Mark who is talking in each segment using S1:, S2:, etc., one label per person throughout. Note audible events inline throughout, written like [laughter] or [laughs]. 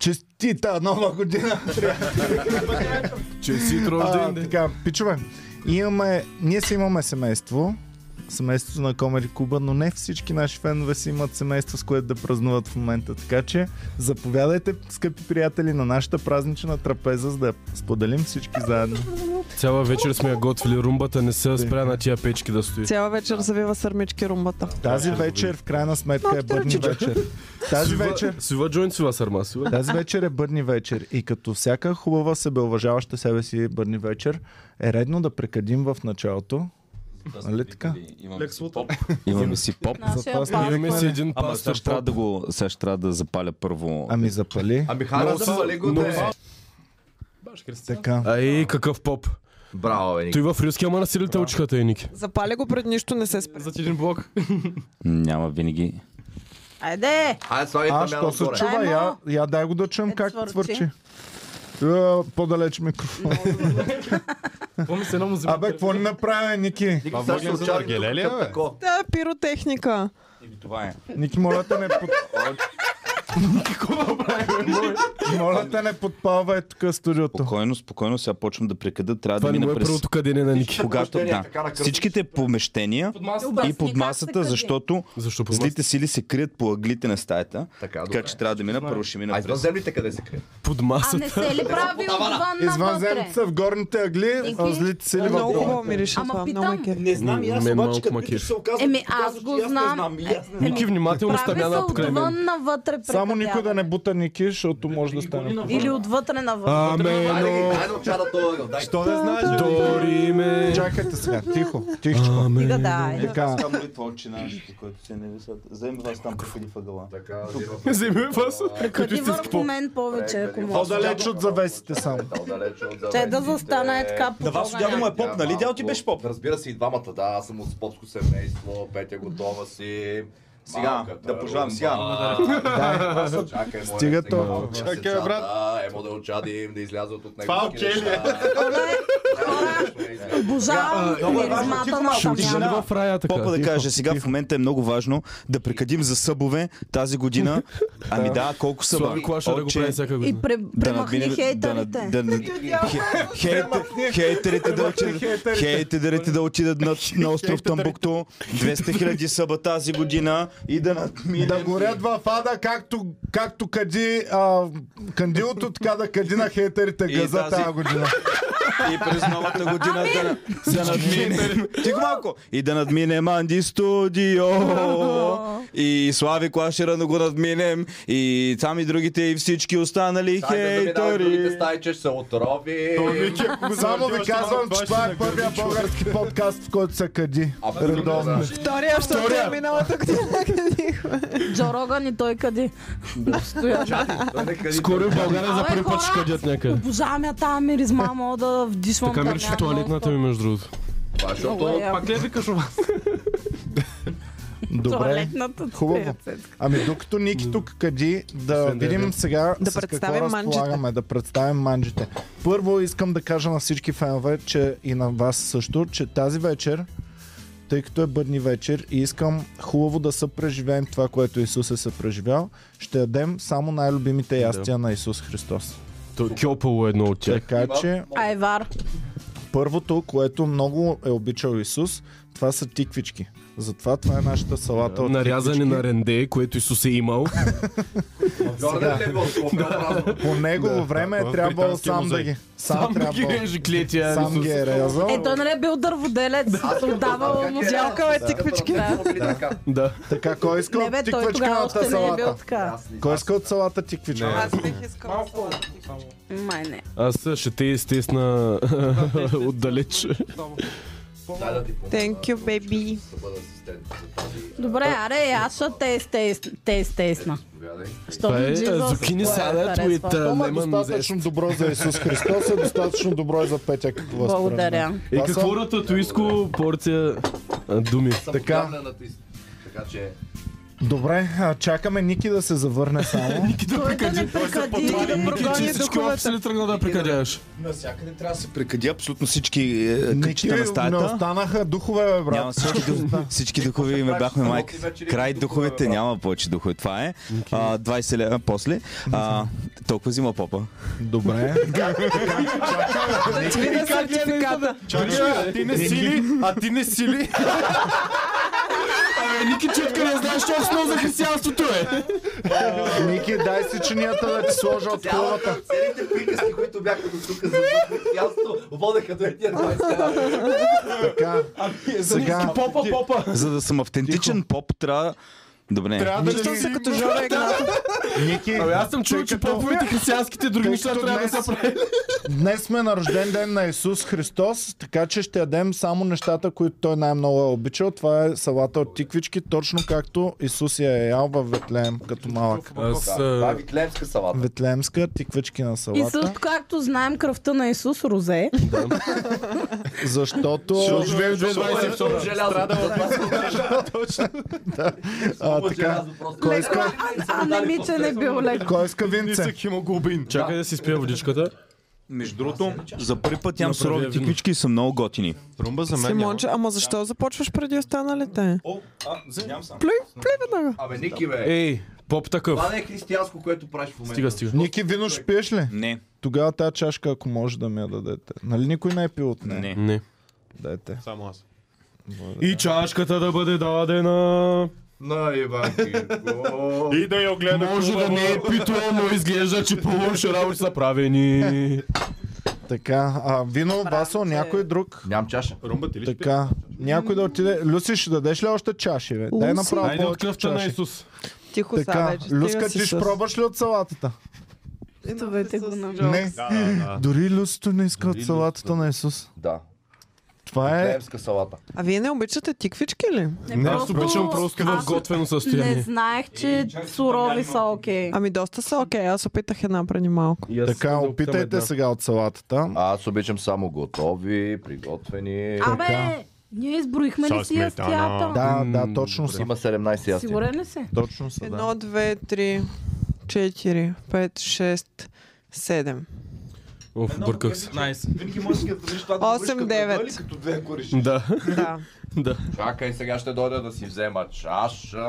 S1: Честита нова година!
S2: Честит
S1: а,
S2: рожден ден.
S1: така, пичове, имаме, ние си имаме семейство, семейството на Комери Куба, но не всички наши фенове си имат семейство, с което да празнуват в момента. Така че заповядайте, скъпи приятели, на нашата празнична трапеза, за да споделим всички заедно.
S2: Цяла вечер сме я готвили румбата, не се спря на тия печки да стои.
S3: Цяла вечер завива сърмички румбата.
S1: Тази вечер, в крайна сметка, е
S3: Малките
S1: бърни
S3: ръчички.
S1: вечер. Тази
S2: Свива-
S1: вечер.
S2: Свива Джойн, свива сърма, свива.
S1: Тази вечер е бърни вечер и като всяка хубава себеуважаваща себе си бърни вечер, е редно да прекадим в началото. Нали така?
S4: Имаме
S5: Лекс
S4: си
S5: Лутър.
S4: поп.
S2: [laughs]
S4: Имаме си поп.
S1: Затова
S6: Нашия
S1: сме-
S6: пак.
S2: Имаме си един
S4: Ама сега
S2: пастър
S4: ще трябва да го, сега ще трябва да запаля първо.
S1: Ами запали.
S5: Ами хара
S2: Но-
S5: да вали го
S2: но-
S5: да е.
S1: Така.
S2: Ай, какъв поп.
S5: Браво, бе, Ники.
S2: Той в Рилския манастир ли те учихата, Еники?
S3: Запали го пред нищо, не се спри.
S5: За един блок.
S4: Няма винаги.
S6: Айде!
S5: Айде, слагай
S1: А,
S5: там е
S1: що се
S5: отгоре.
S1: чува?
S6: Дай
S1: Я,
S6: му.
S1: я дай го да чуем
S6: Ето
S1: как
S6: свърчи.
S1: свърчи. Е, по-далеч микрофон. [laughs]
S7: Какво ми се едно му взима
S1: Абе, какво ни направи, Ники?
S5: Ники, сега ще очаквам
S8: наргеле ли е,
S5: тук
S8: бе?
S5: тако.
S3: Да, пиротехника.
S4: Това е.
S1: Ники, моля те не под... Моля те не подпалвай тук студиото.
S4: Спокойно, спокойно, сега почвам да прекада. Трябва
S2: Това
S4: да
S2: не му
S4: мина
S2: е [laughs]
S4: през...
S2: първото къде не на Ники.
S4: Когато,
S5: Помещение,
S4: да.
S5: така на кръст.
S4: Всичките помещения
S7: под масата.
S6: Обясни
S4: и под
S6: как се
S4: масата,
S6: къде.
S4: защото
S2: Защо по
S4: злите сили се крият по ъглите на стаята.
S5: Така, добре.
S4: Как ще трябва да мина, първо ще мина
S5: Айде,
S4: през.
S5: землите къде се крият?
S2: Под
S6: А не
S2: масата.
S6: се ли прави отвън навътре?
S1: Извънземци са в горните агли, а
S6: Ники?
S1: злите сили в
S3: Много
S1: долу.
S3: хубаво мирише
S6: Ама
S3: това,
S6: питам.
S3: много ме
S9: Не знам, и аз
S2: Мен
S9: обаче
S2: малко
S9: като
S2: ме
S9: питаш
S2: кефи.
S9: се оказва,
S6: Еми,
S9: ти казваш,
S6: аз го
S9: че и аз не
S6: знам.
S9: знам, и аз не знам.
S2: Ники, внимателно
S6: Прави се
S2: стъмяна покрай мен.
S6: отвън навътре
S1: Само никой да не
S6: прекратяване.
S1: бута Ники, защото може да стане.
S6: Или отвътре навътре.
S2: Аме,
S5: Айде,
S2: но...
S5: Айде, очара това, бе, дай.
S8: Що не знаеш? бе?
S2: Дори ме...
S1: Чакайте сега, тихо, тихо.
S6: Стига
S2: Аме...
S6: да,
S4: [laughs]
S6: айде.
S1: Така,
S4: Там ли това отчинаващите, който се не висят? Вземи вас там, походи въгъла.
S5: Така, взима.
S2: Вземи вас.
S6: Прекрати върху мен повече, ако може.
S1: по-далеч от завесите само.
S5: Далече от
S6: Че да застана е така
S9: На вас дядо му е поп, нали? Дядо ти беше поп.
S5: Разбира се, и двамата, да, аз съм от спопско семейство, Петя готова си.
S4: Сега, да пожелаем, сега.
S5: Чакай, моля,
S1: Стига
S5: сега,
S1: толкова.
S5: малко
S8: Чакай,
S5: сецата,
S8: брат.
S5: Емо да очадим, да излязат от него.
S8: Това
S5: всички
S8: окей ли е?
S5: неща.
S6: Обожавам
S9: Много е важно,
S6: миризмата
S9: тихо,
S6: на
S9: малко
S2: Отишли ли
S6: тамяна.
S9: тишина.
S2: в рая така?
S4: Попа да каже, сега в момента е много важно да прекадим за събове
S2: [laughs]
S4: тази година. Ами да, колко съба?
S2: Слави Клаша да го
S4: Отче,
S2: прави всяка
S6: И
S2: година.
S6: пре-
S4: да надмине-
S6: премахни
S4: да над-
S6: хейтерите.
S4: да над- хе- хейте- Хейтерите да отидат, хейтерите да отидат на, на остров Тамбукто, 200 хиляди съба тази година и да надминем.
S1: Да горят в ада, както, както кади а, кандилото, така да кади на хейтерите
S4: И
S1: газа
S4: тази-
S1: тази [laughs] година.
S4: И през новата година да, да надминем. Тихо малко. И да надминем Анди Студио. И Слави Клашера да го надминем. И там и другите и всички останали
S5: Хайде да минаваме другите
S4: хейтери.
S5: стаи, че ще се отрови.
S1: Само ви казвам, че това е първия български подкаст, в който се кади.
S5: Абсолютно,
S1: Редовно.
S5: да.
S3: Втория, защото е миналата година къдихме.
S6: Джо Роган и той къде? Стоя.
S5: Той не къди,
S2: Скоро в България за
S6: Абе,
S2: първи път ще
S6: хора!
S2: къдят някъде.
S6: Обожавам я тази миризма, мога да вдишвам.
S2: Така мириш в туалетната ми, между другото.
S5: това, защото
S6: Много е яко.
S7: Пак ли викаш у вас?
S1: Добре.
S6: Туалетната ти
S1: Хубаво.
S6: е цецка.
S1: Ами докато Ники тук кади, да
S2: Освен да е
S1: видим сега
S3: Да
S1: с
S3: представим
S1: какво
S3: манджите.
S1: разполагаме, да представим манджите. Първо искам да кажа на всички фенове, че и на вас също, че тази вечер, тъй като е бъдни вечер и искам хубаво да съпреживеем това, което Исус е съпреживял, ще ядем само най-любимите ястия на Исус Христос.
S2: То кьопало е едно от тях.
S1: Така че
S6: Айвар.
S1: първото, което много е обичал Исус, това са тиквички. Затова това е нашата салата от
S2: Нарязани
S1: тиквички.
S2: на ренде, което Исус е имал.
S5: Горден е Левел,
S1: [laughs]
S5: по-правилно.
S1: По негово време е
S8: в
S1: трябвало
S8: британския
S1: сам да
S8: музей.
S1: ги. Сам
S2: Ги
S1: трябвало.
S2: режи клетия.
S1: Сам ги е резал.
S6: Е, той нали е бил дърводелец, отдавал му
S3: Дялкал е
S5: Да.
S3: тиквички.
S5: Да. Да.
S2: Да.
S1: Така, кой е иска
S6: Е, Не
S1: от
S6: бе, той
S1: тиквичка
S6: тогава
S1: на
S6: още не е бил
S1: салата?
S6: така.
S1: Кой иска от салата тиквичка?
S3: бих искал.
S6: Май не.
S2: Аз ще те естествена отдалеч.
S5: Дай да ти помогна.
S3: Thank you, baby.
S5: Да бъда асистент за тази.
S6: Добре, аре, аз е ще тест, тест, тест, тестна.
S5: Повядай.
S6: Що
S2: Това
S6: ми
S2: е
S6: Jesus,
S2: зукини
S6: кое
S2: салат
S6: харесва?
S2: with uh,
S1: Това е
S2: lemon zest.
S1: достатъчно добро за Исус Христос, е достатъчно добро и за Петя е като възприема.
S6: Благодаря.
S2: И
S1: Аз
S2: Е, какво
S1: съм-
S2: рататуиско порция а, думи?
S5: Съм
S1: Така.
S5: отдавна на ти- Така че
S1: Добре, а, чакаме Ники да се завърне
S2: [laughs]
S1: само.
S2: Ники да
S6: Той да не
S2: прикади.
S6: прекъди.
S3: подвали,
S1: е
S6: да
S2: Ники,
S6: не
S3: прогони
S2: че
S6: прокони.
S2: всички
S3: духовете.
S2: офиси ли тръгна да прикадяваш?
S9: Навсякъде трябва да се прекади абсолютно всички е,
S1: Ники,
S9: кътчета на
S1: не
S9: стаята.
S1: останаха духове, бе, брат.
S10: Няма всички, дух- всички духове ме бяхме майка. Край духовете, няма повече духове. Това е. А, 20 лева после. А, толкова взима попа.
S1: Добре.
S3: Видя сертификата.
S11: Чакай, ти не си ли? А ти не си ли?
S2: Абе, Ники, четка, не знаеш, че основно за християнството е.
S1: Ники, дай си чинията да ти сложа от колата.
S5: Целите приказки, които бяха до тук за ясно, водеха до едния
S1: Е.
S5: 20
S1: Така. Сега.
S11: Попа, попа.
S10: За да съм автентичен поп, трябва. Добре.
S11: Трябва да
S3: Чувствам
S11: ли
S3: се като Жоро Игнатов.
S1: Ники,
S2: Абе, аз съм чул,
S1: тъй
S2: че
S1: като-
S2: поповете християнските други
S1: тъй
S2: неща
S1: като
S2: трябва да
S1: днес-
S2: са правили.
S1: Днес сме на рожден ден на Исус Христос, така че ще ядем само нещата, които той най-много е обичал. Това е салата от тиквички, точно както Исус я е ял в Ветлеем, като малък.
S2: Аз...
S5: Това е
S2: а,
S5: виклемска салата.
S1: Ветлеемска тиквички на
S6: И
S1: салата.
S6: също както знаем кръвта на Исус Розе,
S1: Защото...
S2: Ще живеем в
S5: е
S2: 2022.
S1: [laughs] А, така, кой иска,
S6: анемичен е бил лек.
S1: кой иска винце?
S11: Нисък хемоглобин.
S2: Чакай да си спия водичката.
S10: Между другото, за първи път ям
S2: Направи
S10: сурови
S2: вино.
S10: тиквички и са много готини.
S11: Румба за мен няма.
S3: Симонче, ама защо започваш преди останалите?
S5: О, а, нямам сам.
S3: Плюй, плюй веднага.
S5: Абе, Ники, бе.
S1: Е.
S2: Ей, поп такъв.
S5: Това не е християнско, което правиш в момента.
S2: Стига, стига.
S1: Ники, вино ще пиеш ли?
S10: Не,
S1: Тогава тази чашка, ако може да ми я дадете. Нали никой не е пил от нея?
S10: не.
S2: Не.
S1: Дайте.
S11: Само аз.
S2: И чашката да бъде дадена.
S5: На, Иванки. О,
S11: И да я огледам.
S2: Може да не е пито, но изглежда, че по-лоши работи са правени.
S1: Така, а, вино, Васо, някой друг.
S5: Нямам чаша.
S11: Румба ти ли ще пие?
S1: Така, някой да отиде. Люси, ще дадеш ли още чаши, бе? Дай
S3: Люси.
S1: направо
S2: Айде от
S1: повече
S2: кръвта на
S1: чаши.
S2: Исус.
S3: Тихо са
S1: Така,
S3: вече.
S1: Люска, ти ще пробваш ли от салатата?
S6: Ставете го на
S1: Не. Дори Люсито не иска от салатата на Исус.
S5: Да.
S1: Това е...
S5: Виклемска салата.
S3: А вие не обичате тиквички ли?
S2: Не, аз обичам просто в
S6: аз
S2: готвено
S6: Не
S2: състояние.
S6: знаех, че сурови са окей.
S3: Ами доста са окей, аз опитах една преди малко.
S1: Така, опитайте сега от салатата.
S5: Аз обичам само готови, приготвени.
S1: Е, Така.
S6: Абе, ние изброихме ли
S11: Сос,
S6: си
S11: сметана.
S6: ястията?
S1: Да, да,
S2: М,
S1: точно са.
S5: Има 17 ястия.
S6: Сигурен ли си?
S1: Точно са, да.
S3: Едно, две, три, четири, пет, шест, седем.
S2: Оф, бърках се.
S5: Винаги можеш да кажеш това
S3: Осем,
S5: вършиш като
S3: девет.
S5: едно или като две, ако решиш.
S2: Да.
S3: Да.
S5: Чакай, сега ще дойда да си взема чаша.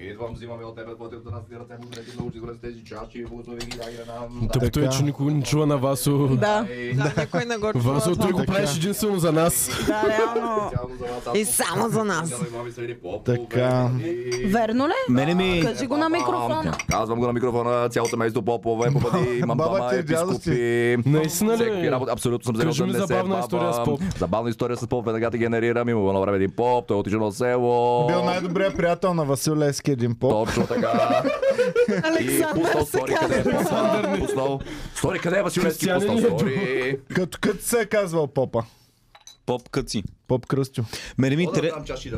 S5: Идвам, взимаме от тебе, платим да нас дират, му греди, научи с тези чаши и бутови ги дай да нам.
S2: Тъпто е, че никога не чува на Васо.
S3: Да.
S5: Ай,
S3: Да, никой не го чува
S2: Васо,
S3: това.
S2: той го правиш единствено за нас.
S6: Да, реално.
S5: специално за вас, аз
S3: И
S5: съм-
S3: само за нас.
S5: Специално имам и среди поп,
S1: Така.
S5: и-
S6: Верно ли?
S10: Мене ми...
S6: Кажи го на микрофона.
S5: Казвам го на микрофона, цялото е место попове,
S3: [laughs]
S5: попади, имам
S1: Баба
S5: баба
S3: е
S1: ти, дядо ти.
S5: епископи.
S2: Наистина
S5: Всеки
S2: ли?
S5: работа, абсолютно съм взел
S2: Кажи
S5: да
S2: ми
S5: не се е
S2: забавна история с
S5: бавам.
S2: поп.
S5: Забавна история с поп, веднага ти генерирам. Имам едно време един поп, той е отишъл на село.
S1: Бил най-добрият приятел на Васил Левски един поп.
S5: Точно така.
S3: [laughs]
S5: И
S3: Александър
S5: пуснал
S3: се
S5: стори, къде е
S3: казва.
S5: попа? Пуснал. Стори, къде е Василевски? Пуснал
S2: Християнин ли е
S5: стори.
S1: Като като се е казвал попа.
S10: Поп къци.
S1: Поп Кръстю.
S10: Мене ми... тре-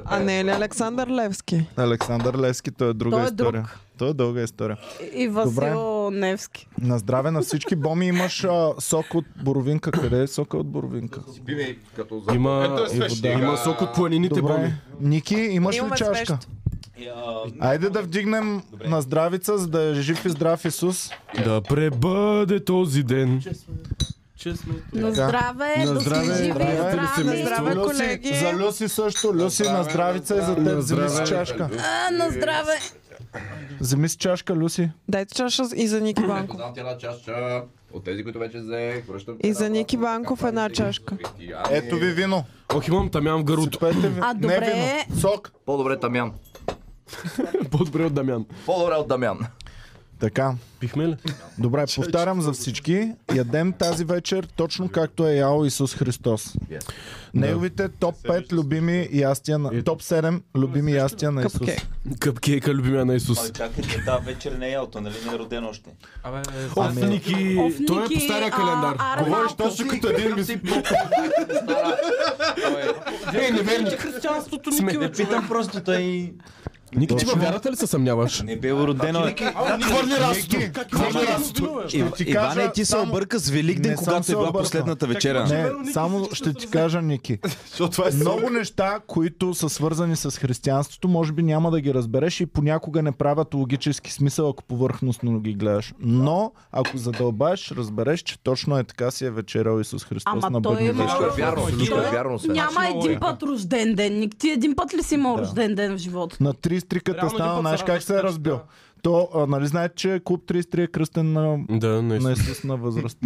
S3: А не е ли Александър Левски?
S1: Александър Левски, той е друга
S6: Той е
S1: история.
S6: друг.
S1: Той е дълга история.
S6: И Васил Невски.
S1: На здраве на всички. Боми, имаш а, сок от боровинка. Къде е сока от боровинка?
S5: Спиме като за...
S2: Има,
S11: Ето е свеж.
S2: вода. има сок от планините, боми.
S1: Добре. Ники, имаш ли
S3: Имаме
S1: чашка?
S3: свещ.
S1: Айде да вдигнем на здравица, за да е жив и здрав Исус.
S2: Да пребъде този ден.
S6: На здраве, да сме
S2: здраве,
S6: Е, живи и
S2: здраве, да си
S6: здрави.
S2: ми-
S3: Здраве,
S1: Люси,
S3: колеги.
S1: За Люси също. Люси на здравица и за теб.
S2: На
S1: Вземи си
S2: здраве.
S1: чашка.
S6: А, На здраве.
S1: Вземи си чашка, Люси.
S3: Дайте чаша и за Ники Банков.
S5: Дам Е, ти една чаша от тези, които вече взех. Връщам
S3: И за Ники Банков една чашка.
S1: Ето ви вино.
S2: Ох, имам тамян в гърлото. [laughs]
S1: Пете ви.
S6: А,
S1: Не
S6: добре.
S1: вино. Сок.
S5: По-добре Тамян.
S2: По-добре от Дамян.
S5: По-добре от Дамян.
S1: Така.
S2: Пихме ли?
S1: Добре, повтарям за всички. Ядем тази вечер точно както е ял Исус Христос. Неговите топ 5 любими ястия на... Топ 7 любими ястия на Исус.
S3: Къпкейк.
S2: Къпкейка, любимия на Исус.
S9: Чакайте, да, вечер не е ялто, нали не е роден още.
S2: Оф, Ники.
S6: Оф,
S2: Той е по
S6: Ники,
S2: стария
S6: а,
S2: календар.
S6: Арна-
S2: точно като един мис... Е, неверник. е
S9: Християнството не питам просто той
S2: Ники, ти във вярата ли се съмняваш?
S4: Не бе родено.
S10: е.
S2: Хвърли расто! Хвърли расто!
S4: И-
S1: ти
S4: Иване,
S1: кажа,
S4: ти се
S1: само-
S4: обърка с Великден,
S1: Не съм
S4: когато
S1: се
S4: е била
S1: объркал.
S4: последната вечера.
S1: Не, само ще ти кажа, Ники. Много неща, които са свързани с християнството, може би няма да ги разбереш и понякога не правят логически смисъл, ако повърхностно ги гледаш. Но, ако задълбаеш, разбереш, че точно е така си е вечерял Исус Христос
S6: Ама
S1: на
S6: той
S1: бъдни
S6: има-
S1: вечер.
S5: Всичко е вярно, всичко е вярно. сега.
S6: Няма един път рожден ден. Ник, ти един път ли си имал рожден ден в живота?
S1: На 33 като
S12: Реално един
S1: стана,
S12: път
S1: знаеш
S12: се
S1: как се е
S12: раждаш,
S1: разбил.
S12: да.
S1: То, а, нали знаете, че клуб 33 е кръстен на,
S2: Да,
S1: на
S2: наистина.
S1: Исус на възраст.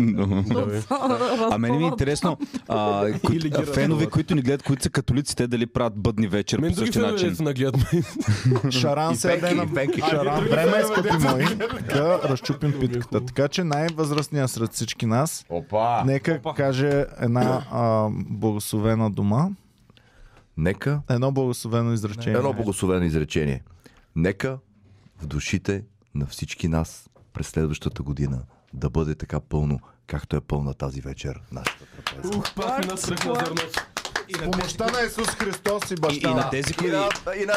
S4: А мен ми е интересно, а, кои- а, фенове, които ни гледат, които са католици, те дали правят бъдни вечер
S2: Мен
S4: по
S2: други
S4: същия
S2: фенове
S4: начин.
S2: дето нагледат ме.
S1: Шаран се яде на
S5: Пенки.
S1: Шаран, време е, скъпи мои, да разчупим питката. Така че най-възрастният сред всички нас
S5: Опа!
S1: Нека каже една а, благословена дума.
S5: Нека
S1: Едно благословено изречение.
S5: Едно благословено изречение. Нека в душите на всички нас през следващата година да бъде така пълно, както е пълна тази вечер нашата трапеза.
S2: Ух, пак ми насръх на зърното.
S1: С помощта на Исус Христос и
S4: И на тези, кои-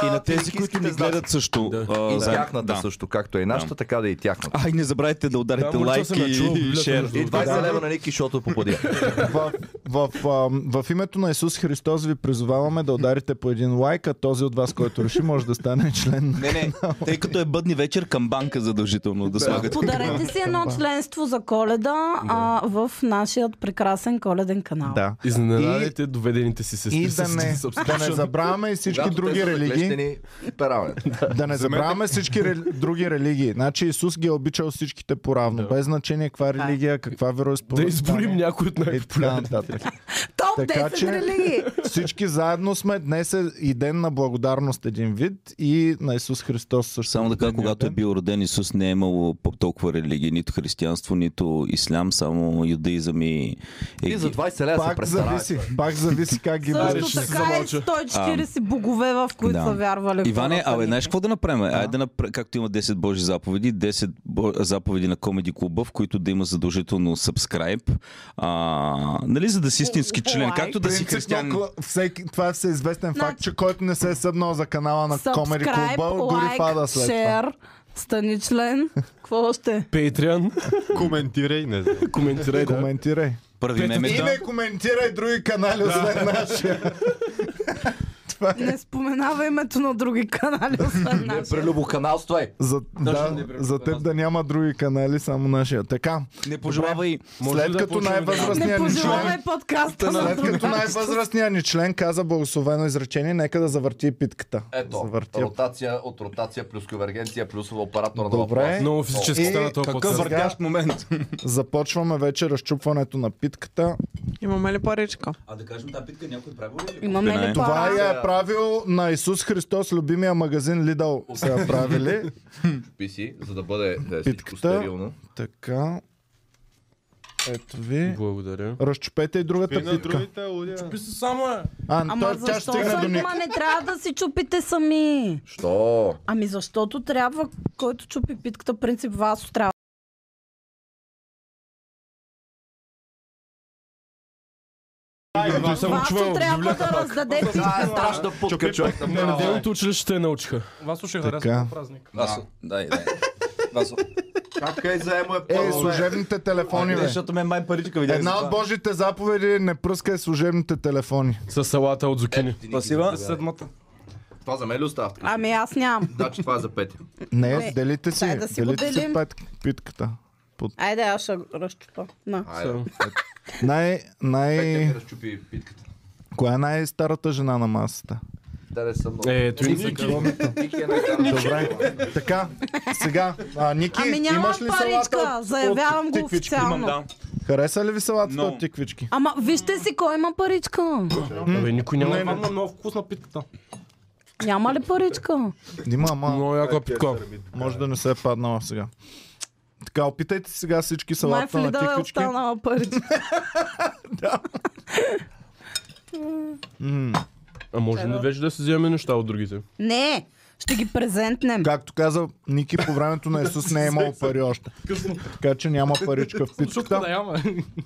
S4: и на тези, които ни гледат също.
S2: Да.
S4: а,
S5: И на
S4: заедно.
S5: тяхната
S4: Да.
S5: също, както е нашата, така да е и тяхната.
S4: А, и не забравяйте да
S2: Да,
S4: ударите
S2: мълча
S4: лайк
S2: съм я
S4: и,
S2: чул,
S4: и
S2: билето
S4: шер.
S2: между
S5: И 20
S2: Да.
S5: лева на Ники,
S1: [laughs]
S5: защото попадя.
S1: В, в, в, в името на Исус Христос ви призоваваме да ударите по един лайк, а този от вас, който реши, може да стане член. на-
S4: Не, не, тъй като е бъдни вечер към банка задължително да слагате.
S6: Подарете си едно членство за коледа а, в нашият прекрасен коледен канал.
S1: Да.
S2: Изненадайте доведените си
S1: И
S2: сестри [laughs]
S1: да
S2: с
S1: не, да не
S2: subscription.
S1: забравяме и всички други религии. [laughs] Да не забравяме всички ре... други религии. Значи Исус ги е обичал всичките поравно. Без значение каква е религия, каква
S2: Да
S1: вероизповедание.
S2: изборим някой от
S1: и така
S2: най-популярните.
S1: нататък.
S6: Топ нали?
S1: Така
S6: 10
S1: че-
S6: религии!
S1: Всички заедно сме. Днес е и ден на благодарност един вид и на Исус Христос също.
S4: Само така, когато е
S1: ден.
S4: бил роден Исус, не е имало по- толкова религии, нито християнство, нито ислям, само юдаизъм и...
S5: И за 20 лева се
S1: Пак
S5: представя.
S1: зависи, пак зависи как ги водиш.
S6: Също така е и 140 богове, в които
S4: да.
S6: са вярвали.
S4: Иване,
S6: хората
S4: абе,
S6: ни.
S4: знаеш какво да направим? Айде, напр... както има 10 Божи заповеди, 10 бо... заповеди на Комеди Клуба, в които да има задължително subscribe, а, нали, за да си истински
S6: Лайк.
S4: член, както да си християнин.
S1: Принципно, кла- всеки, това е всеизвестен
S6: Значи-
S1: факт, че който не се е събнал за канала на Комери
S6: Subscribe,
S1: Клуба, дори
S6: лайк,
S1: пада след това.
S6: share,
S1: [laughs]
S6: стани член. Какво още?
S2: Patreon,
S12: Коментирай, не знам.
S2: коментирай, да.
S1: Коментирай.
S4: Прави
S1: И
S4: мемета.
S1: не коментирай други канали, освен нашия.
S6: Не споменава името на други канали, освен нашия.
S5: Прелюбоканалство е.
S1: За, да, за теб да няма други канали, само нашия. Така,
S4: Не пожелавай
S1: след като
S6: Не
S1: най-възрастният ни член...
S6: пожелаваме подкаста на
S1: След
S6: други.
S1: като най-възрастният ни член каза благословено изречение, нека да завърти питката.
S5: Ето,
S1: Завърти я.
S5: ротация от ротация плюс конвергенция плюс апаратора на
S1: Добре.
S5: въпрос.
S2: Много физически
S1: И
S2: стана това
S4: Е, какъв
S2: подкаст.
S4: въртящ момент.
S1: Започваме вече разчупването на питката.
S3: Имаме ли паричка?
S4: А да кажем, тази питка някой прави ли?
S6: Имаме
S4: Не,
S6: ли
S4: не.
S1: Това
S6: пара?
S1: я е правил на Исус Христос, любимия магазин Лидъл. Са я правили.
S4: [laughs]
S5: Писи, за да бъде да е всичко
S1: Питката.
S5: стерилно.
S1: Така. Ето ви.
S2: Благодаря.
S1: Разчупете и другата
S12: На
S1: питка.
S12: другите лудия.
S1: А,
S6: Ама
S1: той, тя ще
S6: защо
S1: стигне до
S6: съм,
S1: Ник.
S6: ма не трябва да си чупите сами?
S5: Що?
S6: Ами защото трябва, който чупи питката, принцип вас трябва.
S2: Той съм
S6: Васо
S2: чувал.
S6: трябва да раздаде питката.
S5: Страшна путка,
S2: На
S5: човек.
S2: неделното училище те научиха.
S12: Вас ще
S1: Така.
S12: празник.
S4: Васо, дай, дай. Васо.
S5: Чакай, заемо е
S1: Е,
S5: първо. бе.
S1: служебните телефони,
S4: Не,
S1: бе.
S4: защото ме май паричка видях.
S1: Една от божите заповеди е не пръскай служебните телефони.
S2: С салата от зукини.
S4: Спасибо.
S12: Седмата.
S5: Това за мен ли остава? така?
S6: Ами аз нямам.
S5: Значи това е за петия.
S1: Не,
S6: Не,
S1: делите си,
S6: дай Е, да си го
S1: делите си
S6: делим.
S1: пет, питката.
S6: Айде, аз ще разчупа. На.
S5: Айде.
S1: Най,
S5: Петя
S1: най...
S5: ми разчупи питката.
S1: Коя е най-старата жена на масата?
S5: Да не съм много.
S2: Ето и
S5: Ники. Ники е най-старата.
S1: Добре. така, сега, а, Ники,
S6: Ами нямам
S1: имаш ли салата?
S6: паричка,
S1: от-
S6: заявявам
S1: от
S6: го
S1: тиквички?
S6: официално.
S1: Хареса ли ви салата
S4: Но.
S1: от тиквички?
S6: Ама вижте си кой има паричка.
S2: Абе, никой
S1: Не,
S2: няма.
S1: не.
S12: Мамна много вкусна питката.
S6: Няма ли паричка?
S1: Има, ама
S2: Много е яка питка.
S1: може да не се е паднала сега. Така, опитайте сега всички
S6: Май в
S1: салата на
S6: Лидъл е
S1: тиквички.
S6: останала паричка.
S2: А може ли вече да си вземем неща от другите?
S6: Не, Ще ги презентнем.
S1: Както каза Ники, по времето на Исус не е имало пари още. Така че няма паричка в
S2: Шутка
S1: питката.
S2: да няма.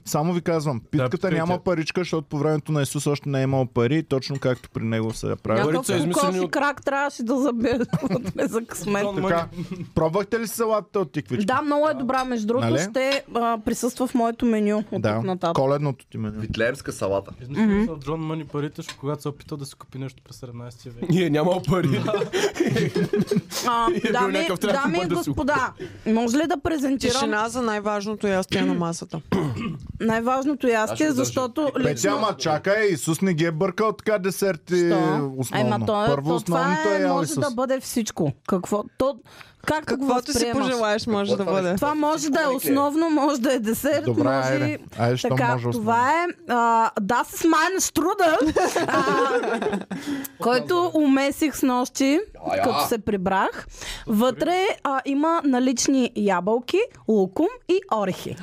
S1: Само ви казвам, питката
S2: питайте.
S1: няма паричка, защото по времето на Исус още не е имало пари, точно както при него се е я прави.
S2: Парите са
S6: Някакъв кокос
S2: измислени
S6: и
S2: от-
S6: крак трябваше да забие [laughs] утре за късмет.
S1: Така, пробвахте ли салатата от тиквичка?
S6: Да, много е добра. Между другото,
S1: Нали?
S6: ще а, присъства в моето меню от тук
S1: Да,
S6: нататък.
S1: коледното ти меню.
S5: Витлеемска салата.
S13: Измислил са Джон Мъни парите, защото когато се опитал да си купи нещо през 17 век.
S2: Ние няма пари. [laughs]
S6: А,
S2: бил
S6: дами,
S2: Е, някакъв, трябва да
S6: дами и
S2: бъде да си го-
S6: господа, може ли да презентирам
S3: Тишина за най-важното ястие на масата.
S6: най-важното ястие,
S5: ще държа.
S6: защото
S2: Е,
S1: Петя,
S6: лично...
S1: ама чакай, Исус не ги е бъркал така десерти
S6: Що? Ема
S1: е основно.
S6: то, е,
S1: Първо
S6: то това
S1: основното е
S6: е,
S1: ял
S6: може
S1: Исус.
S6: да бъде всичко. Какво, то, как
S3: Каквото си пожелаеш може да бъде.
S6: Това може да е основно, може да е десерт,
S1: Добре,
S6: може...
S1: айде. Айде, щом
S6: така,
S1: може
S6: това е а, да с Майн Штруда, а, който умесих с нощи,
S5: Я, я.
S6: като се прибрах. Вътре а, има налични ябълки, лукум и орехи.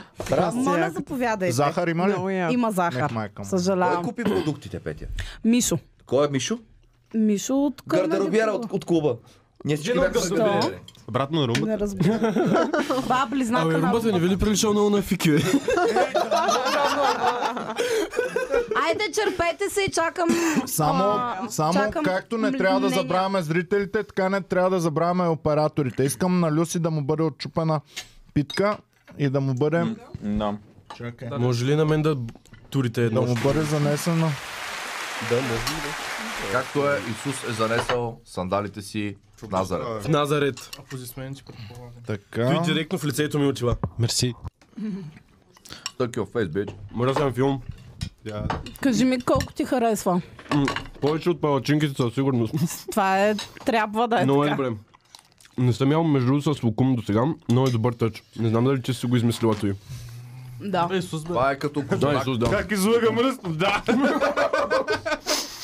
S6: Моля, заповядайте.
S1: Захар има ли?
S3: Много яко.
S6: Има
S1: Нех,
S6: захар.
S1: майка му.
S5: Кой
S6: Съжалявам.
S5: купи продуктите, Петя?
S6: Мишо.
S10: Кой е Мишо?
S6: Мишо от
S5: е
S6: Кърна
S10: Гардеробиера
S6: ли
S10: от, от клуба. Ние всички
S2: Жена
S10: бяхме
S2: от
S10: загубени.
S6: гардеробиера.
S11: Брат на
S6: бил?
S11: Румен.
S6: Не разбирам. Това е близнака
S2: Абе,
S6: на
S2: румбата не ви ли приличал много на Фики, бе?
S6: Айде, черпете се и чакам.
S1: Само,
S6: а,
S1: само
S6: чакам
S1: както не трябва да
S6: мнения.
S1: забравяме зрителите, така не трябва да забравяме и операторите. Искам на Люси да му бъде отчупена питка и да му бъде,
S9: Да.
S1: Чакай.
S2: Може ли на мен да турите
S1: да
S2: едно?
S1: му бъде занесено.
S5: Както е Исус е занесъл сандалите си в Назарет.
S2: В Назарет.
S13: Аплодисменти, предполагам.
S1: Така.
S2: Той директно в лицето ми отива.
S11: Мерси.
S5: Stuck your face, bitch.
S2: Мръсен филм.
S6: Кажи ми колко ти харесва.
S2: Повече от палачинките със сигурност.
S6: Това е, трябва да е
S2: Много е
S6: така.
S2: добре. Не съм ял между другото с лукум до сега. Много е добър тъч. Не знам дали ти си го измислила той.
S6: Да.
S13: Бе, Исус, бе.
S5: Това е [laughs] като
S2: Да,
S5: козунак.
S2: Исус, да.
S11: излъга мръсно? Да.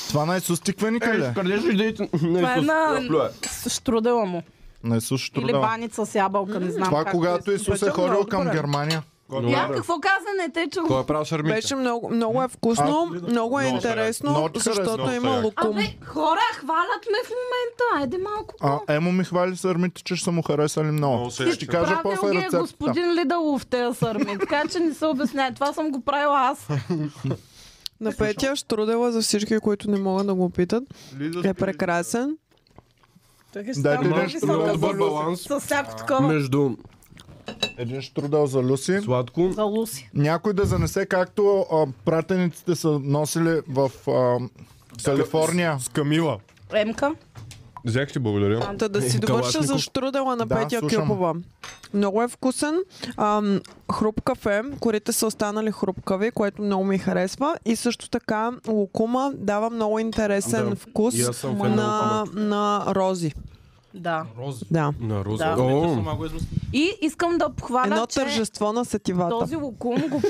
S1: Това на Исус тиквеника ли? е?
S2: Кърдежиш да идите
S6: Това
S2: на
S6: е
S2: Исус.
S6: на
S5: Плюе.
S6: с- штрудела му.
S1: На Исус ще
S6: Или
S1: трудава.
S6: баница с ябълка, не знам
S1: Това е?
S6: как
S1: когато Исус е
S3: Бачо,
S1: ходил
S3: много
S1: към
S3: добре.
S1: Германия.
S6: Я, какво каза, не те чу.
S11: Той е правил шармите.
S3: Беше много, много е вкусно, много е
S11: Много
S1: много
S3: интересно,
S1: харесва,
S11: много
S3: защото има
S11: яко.
S3: лукум.
S6: Абе, хора, хвалят ме в момента. Айде малко
S1: А,
S6: по.
S1: Емо ми хвали сърмите, че ще са му харесали много.
S11: Много се
S1: Ще
S11: ще
S1: кажа после
S6: Правил ги е
S1: рецептата.
S6: господин Лидалов тези сърми, така че не се обясняй. Това съм го правила аз.
S3: На Петя Штрудела за всички, които не могат да го опитат. Е прекрасен.
S1: Дайте
S2: Много-
S1: един
S2: много
S1: штрудел,
S2: добър баланс
S6: С всяко такова.
S2: между
S1: един штрудел за Люси.
S2: сладко.
S6: За Луси.
S1: Някой да занесе както а, пратениците са носили в а, Калифорния.
S11: С Камила.
S6: Емка.
S11: Взех ти, благодаря.
S3: Та да си довърша за
S2: Е, Калашников.
S3: штрудела на
S1: Да,
S3: Петя
S1: слушам.
S3: Кюпова. Много е вкусен, ам, хрупкав е, корите са останали хрупкави, което много ми харесва. И също така лукума дава много интересен
S2: Да,
S3: вкус
S2: и аз съм
S3: на,
S2: фен на
S3: на, рози.
S6: Да.
S13: Рози.
S3: Да.
S2: На роза.
S6: Да.
S2: О,
S13: Сама го измисли.
S6: И искам да похваля,
S3: Едно
S6: че
S3: тържество на сетивата.
S6: Този лукум го,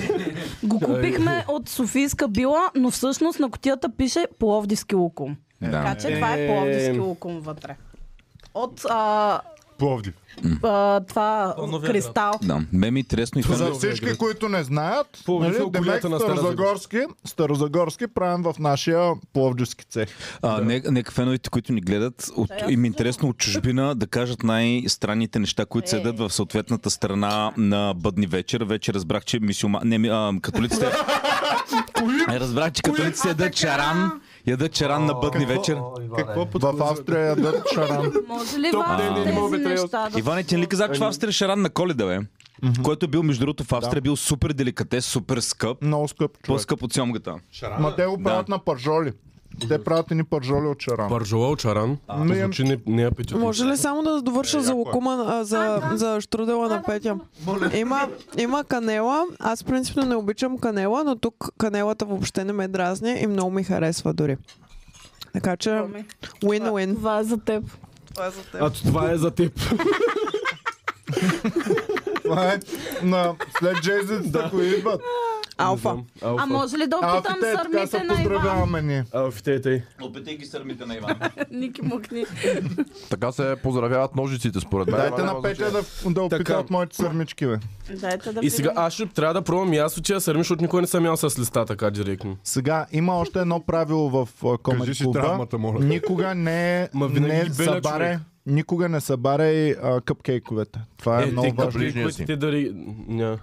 S6: го купихме от Софийска била, но всъщност на котията пише Пловдивски лукум. Така че това е Пловдивски лукум вътре. От а,
S11: Пловдив.
S6: а, това
S13: От новия
S6: кристал.
S10: Да, ме ми е интересно и това.
S1: За всички, които не знаят,
S2: Пловдив е
S1: нали,
S2: околята
S1: Демек
S2: на Стара Загора.
S1: Старозагорски, Старозагорски правим в нашия пловдивски цех.
S10: А, не, нека феновете, които ни гледат, от,
S6: Да,
S10: им е
S6: аз
S10: интересно от чужбина да кажат най-странните неща, които се
S6: Е.
S10: едат в съответната страна на бъдни вечер. Вече разбрах, че мисюма... Не, ми- а, католиците... Е, разбрах, че католиците ядат чаран. Ядат чаран на бъдни вечер.
S11: Какво под...
S1: В Австрия ядат шаран.
S6: Може ли вас
S10: ден
S6: тези
S10: не
S6: неща да...
S10: Иване, ти не ли казах, че в Австрия е шаран на коледа, бе? Който е бил, между другото, в Австрия е бил супер деликатес, супер скъп.
S1: Много скъп човек.
S10: По-скъп от сямгата.
S1: Ма те го правят на пържоли. Те правят ни пържоли от шаран. [laughs]
S2: Пържола от чаран.
S1: Ми
S2: То
S1: е-
S2: Звучи не, не апетитно.
S3: Може ли само да довърша за лукума, а, за, за штрудела на Петя? Има, има канела. Аз принципно не обичам канела, но тук канелата въобще не ме дразни и много ми харесва дори. Така че, win-win.
S6: Това е за теб.
S2: А то това е за теб.
S1: Това е на след джейзиците, които идват.
S3: Алфа.
S2: знам. Алфа.
S6: А може ли да опитам
S1: Алфите, така се
S6: сърмите на Иван?
S1: поздравяваме ни.
S2: Алфите е тъй.
S9: Опитай ги сърмите на Иван.
S6: [laughs] Ники мукни.
S5: Така се поздравяват ножиците, според мен.
S1: Дайте
S5: Няма
S1: на Петя
S5: значение.
S1: да, да опита
S2: Така.
S1: от моите сърмички, бе.
S6: Дайте да
S2: И сега
S6: видим.
S2: аз ще трябва да пробвам и аз от тия сърми, защото никога не съм ял с листа така директно.
S1: Сега има още едно правило в
S11: Кажи
S1: комеди
S11: си
S1: клуба.
S11: травмата, моля.
S1: Никога не, е-
S2: Ма винаги
S1: не е
S2: беля
S1: събаря,
S2: човек.
S1: никога не събаря и а, къпкейковете. Това е,
S2: Е,
S1: много
S2: те
S1: важно.
S5: ближния
S2: които
S5: си.
S2: Те дари... Ня.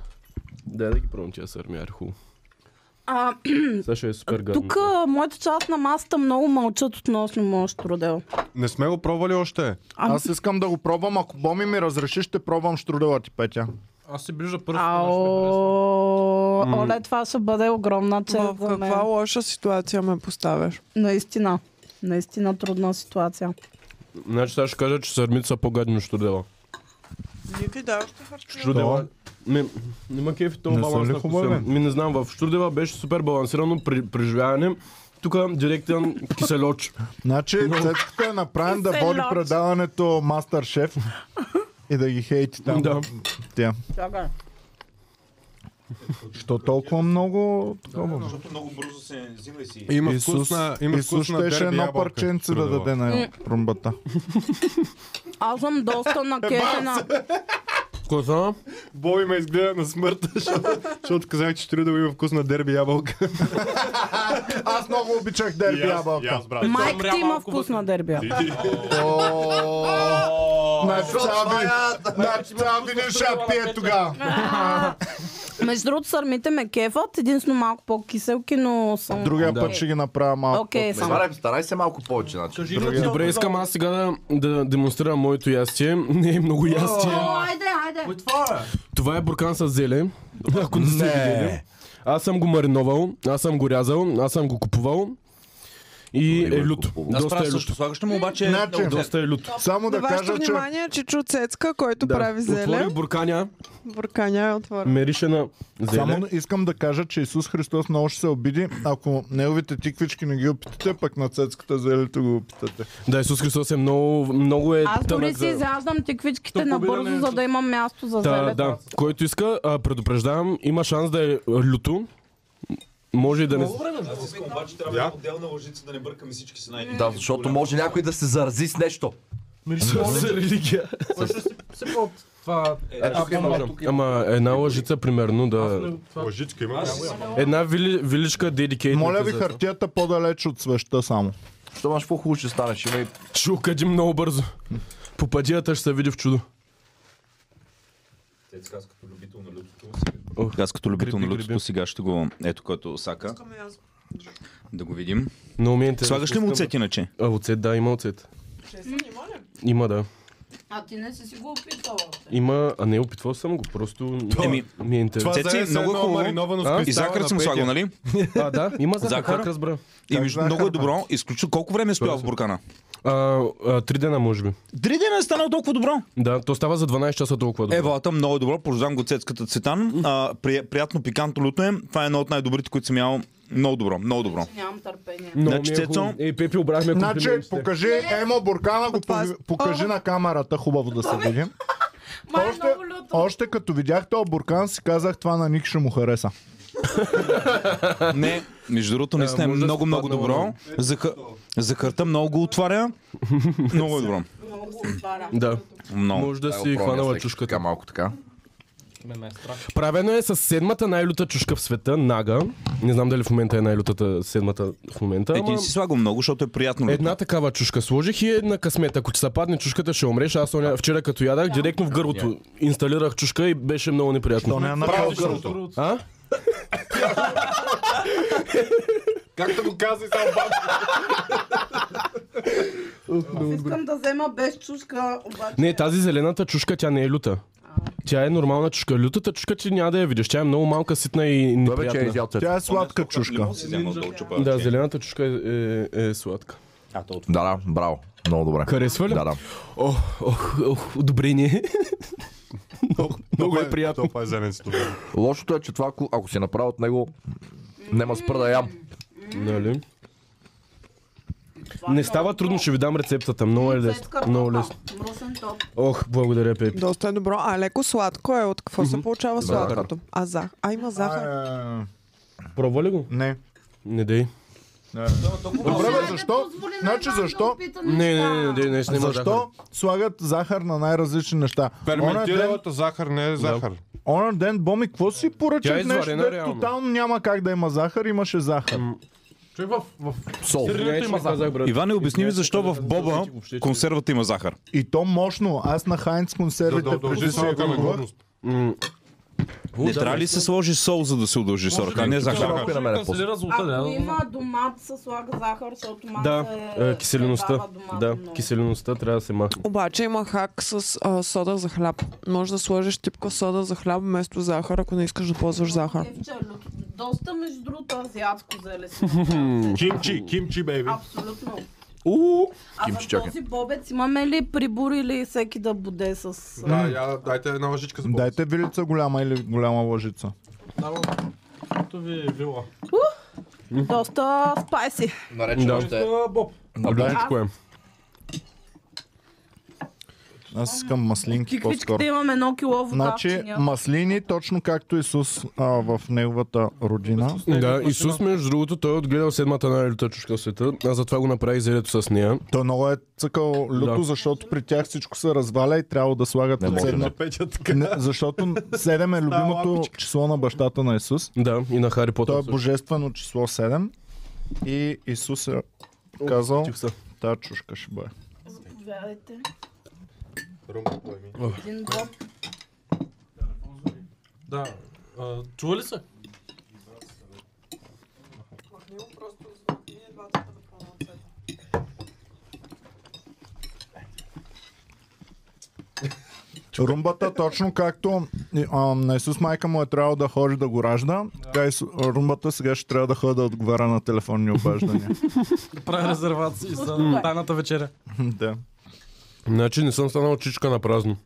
S2: Дай да ги пробвам тия сърми, ари хубаво.
S6: А,
S2: [clears throat] Сега ще е супер гадно.
S6: тук а, моята част на масата много мълчат относно моят штрудел.
S11: Не сме го пробвали още.
S6: Ам-
S1: Аз искам да го пробвам. Ако Боми ми разреши, ще пробвам штрудела ти, Петя.
S13: Аз си ближа пръст.
S6: Ао, оле, това ще бъде огромна
S3: В
S6: чест за
S3: каква
S6: мен.
S3: лоша ситуация ме поставяш?
S6: Наистина. Наистина трудна ситуация.
S2: Значи сега ще кажа, че сърмите са по-гадни от штурдела.
S3: Ники, да, още харчи.
S2: Штурдела... Ми, има кеф
S1: Не
S2: то
S1: са
S2: баланс
S1: ли
S2: на
S1: хубави?
S2: вкуса. Ми не знам, в Штурдела беше супер балансирано при, преживяване. Тук директен киселоч.
S1: Значи, Цецката е направен да
S6: Се
S1: води
S6: лоч.
S1: предаването Мастер
S6: [laughs]
S1: Шеф и да ги хейти там.
S2: Да.
S1: Тя. Що толкова много такова?
S9: Защото много бързо се взима и си.
S11: Има
S1: Исус,
S11: вкусна, има
S1: Исус
S11: вкусна
S1: щеше
S11: дерби
S1: едно
S11: ябълка.
S1: парченце да
S11: Трудела.
S1: даде на румбата.
S6: Аз съм доста накефена.
S2: Коса?
S11: Боби ме изгледа на смърт, [laughs] защото, защото казах, че Трудел има вкусна дерби ябълка.
S1: Аз много обичах дерби ябълка.
S11: брат.
S6: Майк
S2: Замря
S6: ти има
S2: малко
S6: вкусна дербия.
S1: Значи сега
S5: е-
S3: е-
S1: ви- значи сега видиш, ще я пие тогава.
S6: Между другото, сърмите ме кефат. Единствено малко по-киселки, но съм...
S1: Другия
S2: Да.
S1: път ще ги направя малко.
S6: Окей,
S5: Ме,
S6: съм.
S5: Старай, старай се малко повече, значи.
S2: Добре, искам аз сега да, да демонстрирам моето ястие. [laughs] Не е много ястие.
S6: Айде, айде.
S2: Това е буркан с зеле. Ако не сте видели. Аз съм го мариновал, аз съм го рязал, аз съм го купувал. И
S5: Добре,
S2: е
S5: го
S2: люто.
S5: купувал.
S9: Аз
S2: Доста
S9: правя
S2: е люто.
S9: също. Слагаш ли му обаче...
S1: Значи,
S9: много
S2: Доста е люто.
S1: Само
S3: На
S1: да кажа,
S3: вашето
S1: че
S3: внимание, че чу Цецка, който прави зеле.
S2: Отворих бурканя,
S3: Бурканя е отворен.
S2: мерише на зеле.
S1: само искам да кажа, че Исус Христос много ще се обиди, ако неговите тиквички не ги опитате, пък на цецката зелето го опитате.
S2: Да, Исус Христос е много, много е
S6: Аз дори
S2: тънък
S6: си
S2: за...
S6: изяждам тиквичките
S2: Тук
S6: набързо,
S2: обираме
S6: за
S2: с-
S6: да имам място за
S2: Та,
S6: зелето.
S2: да, който иска, а, предупреждавам, има шанс да е люто. Може и да не...
S9: Аз искам обаче трябва да отделна лъжица, да не бъркаме всички си най
S5: Да, защото може някой да се зарази с нещо.
S2: За религия.
S13: Също си си под това... е,
S2: Ама една лъжица, примерно, да...
S13: това-
S11: Лъжичка има.
S2: Една вили, виличка дедикейт.
S1: Моля ви хартията по-далеч от свеща само.
S5: Що маш по-хубаво ще станеш? Има и
S2: Ще окадим много бързо. По пътията ще се види в чудо.
S9: Аз като любител на лютото.
S10: Аз като любител
S2: Гриби,
S10: на лютото
S2: гриби.
S10: сега ще го... Ето който сака. Да го видим.
S2: Много ми е интересно.
S10: Слагаш ли му оцет иначе?
S2: А, оцет, да, има оцет. Има, да.
S6: А ти не си си го опитала.
S2: Има, а не, е опитвал съм го, просто
S10: Еми,
S2: ми е интересно.
S10: Цеци,
S11: Цеци,
S10: много е
S11: много
S10: хубаво.
S11: мариновано с
S2: А?
S10: И
S11: кристала
S10: захар
S11: на
S10: съм
S11: Петя.
S10: слагал, нали?
S2: А, да, има захар,
S10: Захар?
S2: как разбра.
S10: И между
S1: захар,
S10: много е
S1: бе?
S10: добро. Изключително колко време е стоял в буркана?
S2: А, а, три дена, може би.
S10: Три дена е станал толкова добро.
S2: Да, то става за 12 часа толкова добре.
S10: Е, Валата, много е добро. Пожелавам го цецката Цветан. А, при, приятно пикантно лютно е. Това е едно от най-добрите, които съм ял. Много добро, много добро.
S6: Нямам търпение.
S2: Много
S10: значи,
S2: ми е хубаво.
S10: Цецо-
S2: Ей, Пепи, обрахме
S1: Значи, покажи, Емо Буркана го
S3: Това-
S1: пови- покажи на камерата, хубаво да се видим.
S6: Май е
S1: Още,
S6: много люто.
S1: още като видях този буркан, си казах това на Ник ще му хареса.
S10: Не, между другото, наистина е
S2: може да си
S10: много, много
S2: паднал,
S10: добро. Захар- Захарта много го отваря. Много е добро.
S6: Много го отваря.
S2: Да,
S10: Много.
S2: може да
S5: Ай,
S2: си
S5: опромя
S2: хванала
S5: се,
S2: чушката.
S5: е Така малко така.
S2: Правено е с седмата най-люта чушка в света, Нага. Не знам дали в момента е най-лютата седмата в момента.
S10: Един
S2: Ама...
S10: си слагал много, защото е приятно. лютно.
S2: Една такава чушка сложих и една късмет. Ако ти се падне чушката, ще умреш. Аз оня, вчера като ядах, директно в гърлото инсталирах чушка и беше много
S1: То не
S2: неприятно.
S1: е направо гърлото.
S2: А?
S11: Както го каза и само бам.
S6: Искам да взема без чушка, обаче.
S2: Не, тази зелената чушка, тя не е люта. Тя е нормална чушка. Лютата чушка ти няма да я видиш. Тя е много малка, ситна и
S5: Той вече е
S2: неприятна.
S5: изял цвет.
S1: Тя е сладка чушка.
S9: Си взема отдолу чупа.
S2: Да, зелената чушка е, е, е сладка.
S5: Да, да, браво. Много добре.
S2: Харесва ли?
S5: Да, да.
S2: О, ох, ох, одобрение. Много е приятно.
S11: Това е зеленцето.
S5: Лошото е, че това, ако- ако си направя от него, няма спра да ям.
S2: Нали? Не става трудно, ще ви дам рецептата. Много е лесно. Много лесно.
S6: Мрусен топ.
S2: Ох, благодаря, Пепи.
S3: Доста е добро. А леко сладко е. От какво се получава сладкото? А, зах... а има захар.
S1: Е,
S2: Пробва ли го?
S1: Не.
S2: Не дей.
S1: Добре, бе, защо? Значи защо?
S2: Не, не, не, не, дей, не, не,
S1: Защо слагат захар на най-различни неща? Онън ден,
S11: Ферментираната е захар не е захар.
S1: онън ден Боми, какво си
S2: Тя е
S1: поръчах нещо,
S2: изварена,
S1: де
S2: реално.
S1: тотално няма как да има захар, имаше захар.
S13: Човек в, в
S2: Сол.
S13: сиренето има захар.
S10: Иване, обясни ми защо в Боба консервата има захар.
S1: И то мощно. Аз на Хайнц
S11: Да, да,
S1: консервите преди
S11: удължи
S1: си я
S11: срока на
S1: купувах.
S11: годност.
S10: Не трябва ли се сложи сол, за да се удължи сорка, а не е захар?
S13: Ще
S5: е
S13: канцелира злота,
S6: Ако
S13: Е, да.
S6: има домат, се слага захар, защото малко
S2: Да,
S6: е,
S2: е, киселеността.
S6: дава домат
S2: Да,
S6: много.
S2: киселеността трябва да се махне.
S3: Обаче има хак с а, сода за хляб. Може да сложиш типка сода за хляб вместо захар, ако не искаш да ползваш захар.
S6: Е, в челюст. Доста, между другото, азиатско зеле си.
S11: Кимчи, кимчи, бейби.
S6: Абсолютно.
S2: Уу!
S6: А за този бобец имаме ли прибор или всеки да буде с...
S11: Да, я, дайте една лъжичка за Боб.
S1: Дайте вилица голяма или голяма лъжица.
S13: Ето ви вила.
S6: Доста спайси.
S5: Наречено
S2: Да.
S5: още
S13: А, Боб.
S2: Лъжичко е.
S1: Аз искам маслинки по-скоро.
S6: Киквичките имаме едно кило вода.
S1: Значи маслини, точно както Исус а, в неговата родина.
S2: Да, Исус, между другото, той е отгледал седмата най-люта чушка в света, а затова го направи зелето с нея.
S1: Той много е цъкал люто,
S2: Да.
S1: защото при тях всичко се разваля и трябва да слагат
S10: Не
S1: от
S10: може
S1: седма.
S10: да.
S11: Петя така.
S1: Не, защото 7 е любимото число на бащата на Исус.
S2: Да, и на Хари Потър.
S1: Той е
S2: също.
S1: божествено число 7. И Исус е казал,
S2: Тих са.
S1: та чушка ще бъде.
S6: Заповядайте.
S11: Румба, поеми.
S6: Един боб.
S13: Да. А, Чува ли се?
S1: Румбата, точно както а, на Исус майка му е трябвало да ходи да го ражда, така и румбата сега ще трябва да ходи да отговаря на телефонни обаждания. [laughs]
S13: Прави резервации за тайната вечеря.
S1: да.
S2: Значи не съм станал чичка на празно.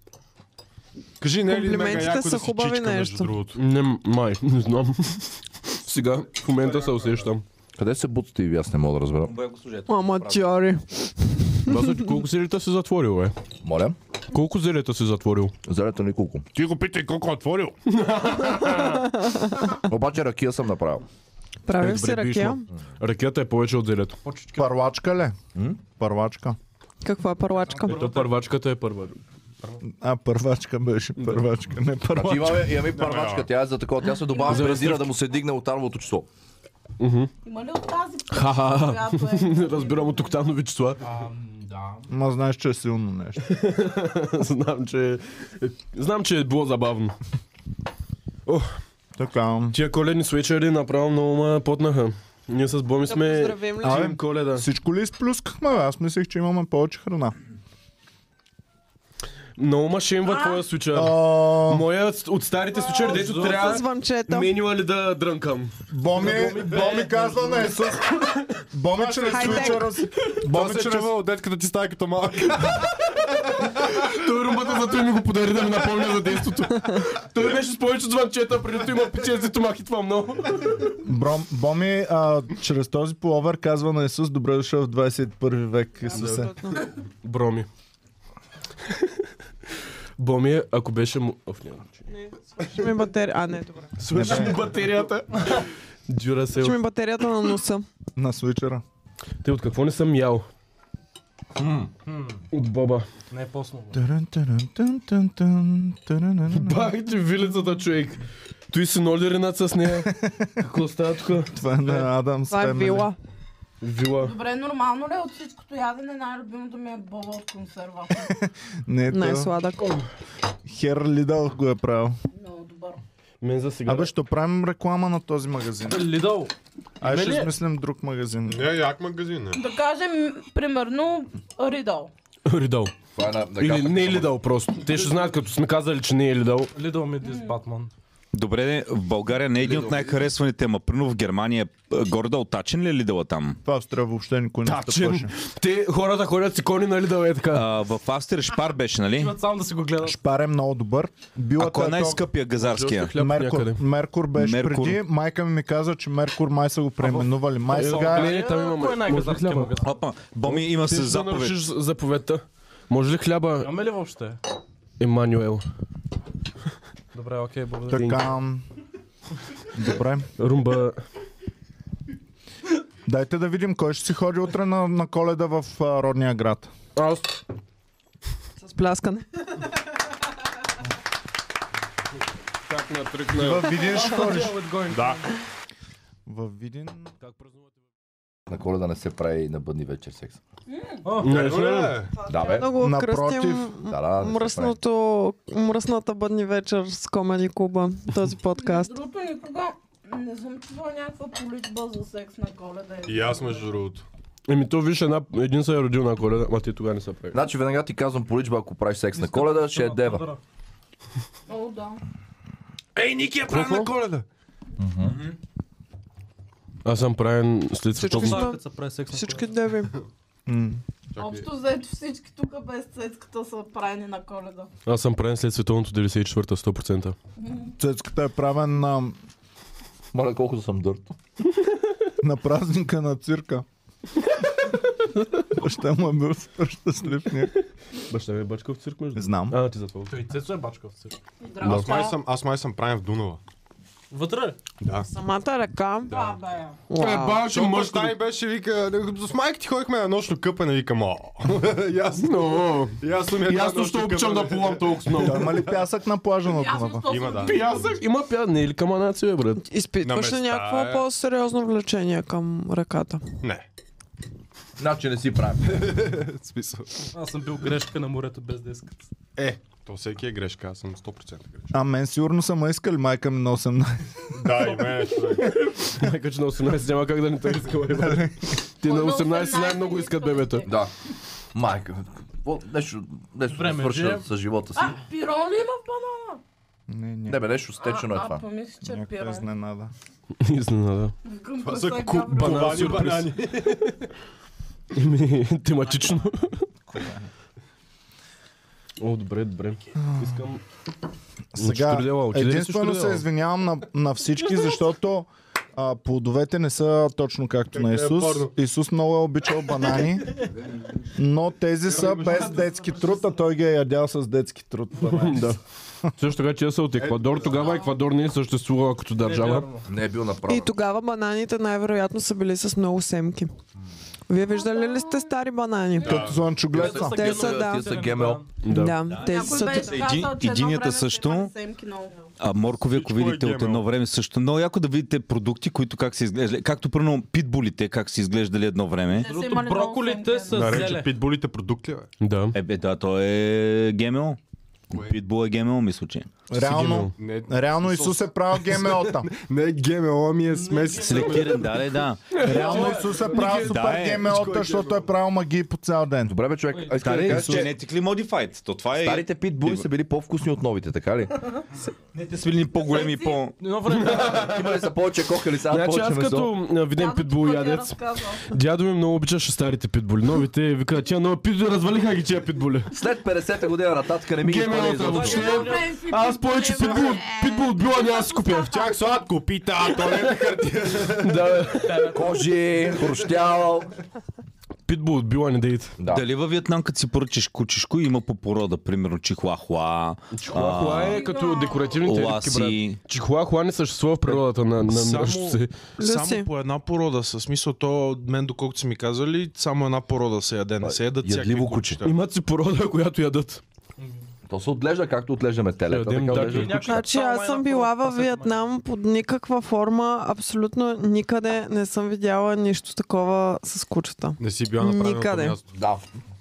S11: Кажи, не е ли мега
S3: Комплиментите
S11: яко
S3: са
S11: да си
S3: хубави
S11: чичка, между
S3: нещо.
S11: другото?
S2: Не, м- май, не знам. Сега, в момента се усещам.
S5: Къде се бутате и аз не мога да разбера.
S3: Аматьори.
S2: Васо, ти значи, колко зелета си затворил, е?
S5: Моля,
S2: Колко зелета си затворил?
S5: залето николко.
S11: Ти го питай колко е отворил.
S5: [laughs] Обаче ракия съм направил.
S3: Правим
S2: Добре,
S3: си ракия.
S2: биш, Ракията е повече от зелето.
S1: Първачка ли? Първачка.
S3: Каква е парлачка?
S2: Ето първачката е първа.
S1: А, първачка беше. Първачка, не
S5: Значи
S1: първачка.
S5: имаме, имаме първачка, тя е за такова, тя се добавя за бензина да му се дигне от арвото число.
S6: Има ли от тази
S2: Ха-ха-ха.
S6: която
S2: [laughs]
S6: е?
S2: Разбирам от октанови числа.
S1: Ма знаеш, че е силно нещо.
S2: [laughs] Знам, че... Знам, че е било забавно.
S1: Така.
S2: Тия коледни свечери направо много ме потнаха. Ние с Боми сме...
S3: поздравим ли?
S2: Чим коледа.
S1: Всичко ли изплюскахме? бе? Аз мислех, че имаме повече храна.
S2: Много ме шемва твоя свичер.
S1: А,
S2: Моя с- от старите свичер, дето
S3: С
S2: трябва
S3: звънчета.
S2: менюа ли да дрънкам.
S1: Боми, Боми казва на Исус. Боми чрез
S3: Хай-тек.
S1: свичера си.
S11: Това
S1: Боми
S11: се
S1: чрез...
S11: чува от детката ти стая като малък.
S2: Той румбата зато и ми го подари да ми напомня за действото. Той беше с повече от звънчета, преди има печезито махи това много.
S1: Бром, Боми а, чрез този пуловер казва на Исус, добре дошъл в 21 век, Исусе.
S2: Броми. Боми, ако беше му... Оф, няма.
S3: Ще ми батери... А, не, добре.
S2: Свърши ми батерията. Дюра се.
S3: Ще ми батерията на носа.
S1: На свичера.
S2: Те от какво не съм ял? От боба.
S13: Не е по-сно. бе.
S1: Търън, търън, тън, тън, тън, търън.
S2: Бах ти вилицата, човек. Той си ноли ренат с нея. Какво става тук?
S1: Това е на Адам
S3: Това е вила.
S2: Вила.
S6: Добре, нормално ли е от всичкото ядене най-любимото ми е боба от консерва?
S1: Не, то
S3: Най-сладък.
S1: Хер Лидъл го е правил.
S6: Много добър.
S2: Мен за сега.
S1: Абе, ще правим реклама на този магазин.
S13: Лидъл.
S1: Ай, ще
S13: Има ли-
S1: измислим друг магазин.
S11: Не, як магазин е.
S6: Да кажем, примерно, Ридъл.
S2: Ридал.
S5: Това е на, на
S2: Или
S5: гапа.
S2: не е лидал просто. Те ще знаят, като сме казали, че не е лидал.
S13: Лидъл ми дис Батман.
S10: Добре, в България не е един от най-харесваните, ама пръвно в Германия е, горе да оттачен ли е Лидъла там?
S1: В Австрия въобще никой не стъпваше.
S2: Тачен. Те хората ходят си кони на лидал е така.
S10: А, в Австрия Шпар беше, нали?
S13: Идват само да си го гледат.
S1: Шпар е много добър. Била
S10: Ако е най-скъпия газарския.
S2: Хляб
S1: Меркур,
S2: някъде.
S1: Меркур беше
S10: Меркур.
S1: преди. Майка ми ми каза, че Меркур май са го преименували. Май сега
S2: Не,
S1: е...
S2: не, там има
S13: Кой е най-казарския
S2: хляба?
S13: магазин?
S10: Опа, Боми има
S2: Ти
S10: се
S2: ще
S10: заповед.
S2: нарушиш заповедта. Може ли хляба,
S13: Имаме ли въобще?
S2: Емануел?
S13: Добре, окей, благодаря.
S1: Така... Добре.
S2: Румба.
S1: Дайте да видим кой ще си ходи утре на, на коледа в а, родния град.
S2: Аз.
S3: С пляскане.
S2: Как натръкна.
S1: В Видин ще ходиш.
S11: Да.
S1: В Видин...
S5: На коледа не се прави на бъдни вечер секс.
S2: Не, не.
S11: Е, Добре.
S5: Да, бе.
S3: е Много
S1: Напротив.
S3: кръстим
S5: Да, да, не се
S3: мръсното, мръсната бъдни вечер с Комеди Куба, този подкаст.
S6: Другото никога не съм чувала някаква поличба за секс на коледа.
S11: И аз между другото.
S2: Еми то виж, една, един се е родил на коледа, ма ти тогава не са прави.
S5: Значи веднага ти казвам поличба, ако правиш секс на коледа, ще е дева.
S6: О, да.
S11: Ей, Ники е правил на коледа!
S2: Аз съм правен след
S3: Всички
S2: световно.
S3: сме,
S13: се прави секс на
S3: всички деви.
S1: М.
S6: Общо взето всички тук без цецката са правени на коледа.
S2: Аз съм правен след световното 94-та 100%.
S1: Цецката е правен на,
S5: Моля колко да съм дърт.
S1: на празника на цирка. Баща му е бил супер щастлив. някак.
S2: Баща ми е бачка в цирк между.
S1: Знам.
S2: А, ти за това.
S13: Той Цецо е бачка в цирк.
S11: Аз май съм, аз май съм правен в Дунава.
S13: Вътре?
S11: Да.
S3: Самата ръка.
S6: Да, бе.
S2: Е, баш,
S11: Защото баща ми беше, вика, с майка ти ходихме на нощно къпане, викам, о. [laughs] Ясно.
S2: Но,
S11: Ясно ми е. това
S2: ясно,
S11: нощно
S2: що обичам да
S11: къпане.
S2: плувам толкова
S1: Той
S2: много.
S1: Има ли пясък на плажа на Дунава?
S11: Има, да.
S2: Пясък, има пя, не е ли каманаци, бе, брат?
S3: Изпитваш ли
S11: На места
S3: някакво
S11: е.
S3: по-сериозно влечение към ръката?
S11: Не.
S5: Значи не си правим.
S11: В Смисъл.
S13: Аз съм бил грешка на морето без деската.
S11: Е, то всеки е грешка, аз съм 100% грешка.
S1: А мен сигурно са ме искали майка ми на 18.
S11: Да, и мен е човек.
S2: [laughs] Майка, че на 18 няма как да не те искала, бе, брат. Ти на 18 най-много искат [laughs] бебета.
S5: Да. Майка. какво- Нещо, нещо да
S13: Време
S5: свърша
S13: живе.
S5: с живота си.
S6: Пирон ли има в банана?
S1: Не,
S5: Не
S1: не.
S5: бе, нещо стечено е
S6: а,
S5: това.
S6: А, помисли, че е
S1: Някаква
S6: пирон.
S1: изненада.
S2: Изненада.
S6: Гъмката
S11: Това са
S6: е
S11: ку-
S6: гавра.
S2: Банан
S11: банани,
S2: сюрприз.
S11: банани.
S2: [laughs] Еми, тематично. О, добре, добре. Искам...
S1: Сега,
S2: Ще дела, отиде ли си
S1: единствено
S2: ще дела?
S1: се извинявам на, на всички, защото а, плодовете не са точно както на
S11: Как е
S1: Исус.
S11: порно.
S1: Исус много е обичал банани, но тези са без детски труд, а той ги е ядял с детски труд. банани.
S2: Да. Също така, че са от Еквадор. Тогава Еквадор не е съществувала като държава.
S5: Не е бил
S3: И
S5: направен.
S3: тогава бананите най-вероятно са били с много семки. Вие виждали ли сте стари банани?
S1: Като слънчо глеца.
S3: Те са, да.
S5: Тия са ГМО.
S2: Да.
S3: Да, те
S6: Някой
S3: са...
S6: беше казал, че едно
S4: единията
S6: време сте
S4: също.
S6: имали семки много.
S4: А моркови, ако
S11: Всичко е
S4: видите от
S11: GMO.
S4: едно време също. Много яко да видите продукти, които как се изглеждали. Както примерно питбулите, как са изглеждали едно време.
S6: Те са
S13: Другото
S6: имали много
S13: броколите
S6: семки. нали?
S13: с
S11: Нарече
S13: зеле.
S11: питбулите продукти, бе.
S2: Да.
S4: Е, бе, да, то е ГМО. Питбул е ГМО, мисля, че.
S1: Реално,
S11: Не,
S1: реално Исус е правил ГМО-та.
S11: не ГМО, ми е смес.
S4: Селектиран, да, да, да.
S1: Реално Исус е правил
S4: Да,
S1: супер
S4: е.
S1: ГМО-та, защото е правил магии по цял ден.
S5: Добре бе, човек. а Искам да
S4: Стари,
S5: кажа, че
S4: genetically modified. То това е...
S5: старите питбули са били по-вкусни от новите, така ли?
S4: Не, те са били по-големи, по...
S13: Едно време
S5: Имали са повече кохали, сега
S2: Значи
S5: повече
S2: аз
S5: месо.
S2: като а, видим
S6: Дядо ти е
S2: питбул
S6: пък я
S2: ядец,
S6: разказва.
S2: дядо ми много обичаше старите питбули. Новите вика, тия нова питбули, развалиха ги тия питбули.
S5: След 50-та година нататък не ми ги хвали
S2: ГМО-та
S5: изобщо.
S2: въобще.
S6: Ами Едно време си
S2: Аз повече
S6: питбул
S2: питбул, питбул от била няма да си купя.
S11: Чак сладко, пита, а то не е на хартия.
S2: Да, бе.
S5: Кожи, хрущял.
S2: Питбул от била не дейте.
S5: Да.
S4: Дали във Виетнам, като си поръчаш кучешко, има по порода, примерно чихуахуа,
S2: Чихуахуа е като декоративните рибки, брат.
S4: ласи.
S2: Чихуахуа не съществува в природата на, на
S9: Само-
S2: миращото Ами, се.
S3: Люси.
S9: Само по една порода, със смисъл то, мен доколкото си ми казали, само една порода се яде, не се ядат всякакви
S5: Ядливо куче.
S9: кучета.
S2: Имат си порода, която ядат.
S5: То се отглежда както отглеждаме телета,
S2: Ядем
S5: така
S2: даки.
S13: Е,
S5: отглеждаме кучета.
S3: Значи аз съм била във Виетнам под никаква форма, абсолютно никъде не съм видяла нищо такова с кучета.
S11: Не си била на
S3: Никъде.
S11: правилното място.
S5: Да.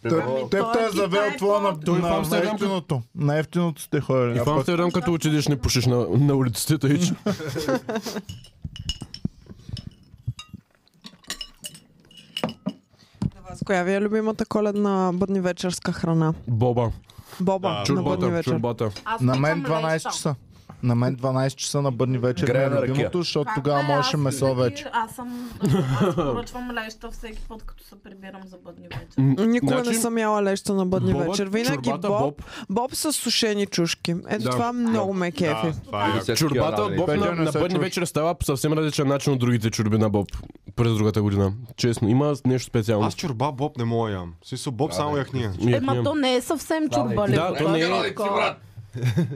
S5: Ами
S1: Те- Теб
S6: той
S1: те е
S6: ти
S1: завел
S6: е
S1: това на,
S6: по-
S2: Той в
S1: на, на
S2: Амстердам-
S1: ефтиното. На ефтиното сте ходили.
S2: И
S1: а
S2: в
S1: пък-
S2: Амстердам, като отидеш, не пушиш на, на улиците, тъй че.
S3: С коя ви е любимата коледна бъднивечерска храна?
S2: Боба,
S3: Боба на бъдни
S2: чурбата,
S3: вечер.
S2: чурбата.
S6: Аз
S1: На
S6: питам
S1: мен 12
S6: леща.
S1: часа. На мен 12 часа на бъдни вечер ми
S5: Грея
S1: е
S5: на ракия.
S1: любимото, защото
S6: Как
S1: тогава
S6: бе,
S1: можеше
S6: е аз
S1: месо
S6: винаги-
S1: вече.
S6: Аз съм... Аз поръчвам леща всеки път, като се прибирам за бъдни вечер.
S3: Никога не
S2: Значи-
S3: съм яла леща на бъдни
S2: Боба,
S3: вечер. Винаги
S2: чорбата,
S3: боб,
S2: боб.
S3: боб с сушени чушки. Ето
S2: Да.
S3: това много ме кефи.
S11: това е.
S2: Чурбата от Боб
S1: Петя, не
S2: на, на
S1: се
S2: бъдни
S1: чуш.
S2: вечер става по съвсем различен начин от другите чурби на Боб през другата година. Честно, има нещо специално.
S11: Аз чорба Боб не мога ям. В Смисъл Боб само яхния.
S6: е
S2: И-
S6: Ема то не е съвсем чурбалево.
S2: Да, то не е.
S6: такова.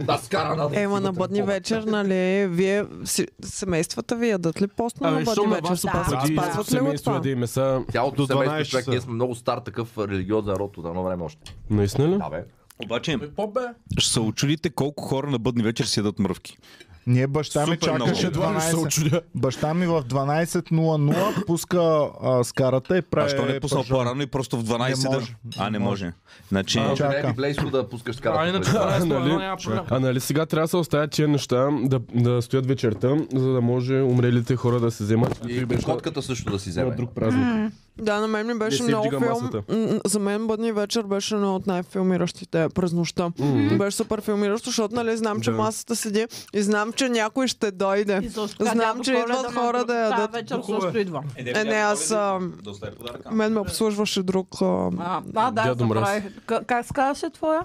S5: Да, скара на
S3: Ема на бъдни вечер, нали, вие, си- семействата ви ядат ли постно на
S2: Абе,
S3: бъдни
S2: щом на
S3: вечер?
S2: вас опасват
S3: Спазват,
S2: да,
S3: спазват ли го
S2: семейство
S3: това?
S2: да и меса.
S5: Цялото
S11: До
S5: семейство
S11: 12
S5: човек,
S11: часа.
S5: ние сме много стар такъв религиозен род от едно време още.
S2: Наистина ли?
S5: Да, бе.
S4: Обаче,
S5: Попе.
S4: ще се очудите колко хора на бъдни вечер седат мръвки.
S1: Ние баща ми
S4: Супер
S1: чакаше
S4: много.
S2: Едва ли ще се
S1: 12.
S2: очудя.
S1: Баща ми в 12.00 пуска а, скарата и прави...
S4: А що не е пуснал
S1: пържа.
S4: по-рано и просто в 12
S1: Не
S4: да...
S1: може.
S4: А, не може. Значи...
S1: Чакам.
S5: Не е блейско да пускаш
S13: А
S5: скарата.
S13: иначе
S5: през това.
S13: това е
S2: нали?
S13: няма проблем.
S2: А нали сега трябва да се оставят тия неща да, да стоят вечерта, за да може умрелите хора да се вземат
S5: И котката също да си
S2: на
S5: вземе.
S2: друг празник.
S3: Да, на мен ми беше
S2: си
S3: много
S2: вдига
S3: филм.
S2: масата.
S3: М, За мен Бъдни вечер беше едно от най-филмиращите е, през нощта. Беше супер филмиращо, защото нали, знам, че
S2: Да.
S3: масата седи и знам, че някой ще
S6: И
S3: дойде.
S6: също така
S3: Знам,
S6: тя
S3: че
S6: до
S3: идват
S6: Коледа на
S3: хора
S6: друг-
S3: да ядат.
S6: Тази вечер също идва.
S3: Е, не, аз... а, Мен ме обслужваше друг а,
S6: А, а да,
S2: Дядо Мраз.
S6: забравих. К- как се казваше твоя?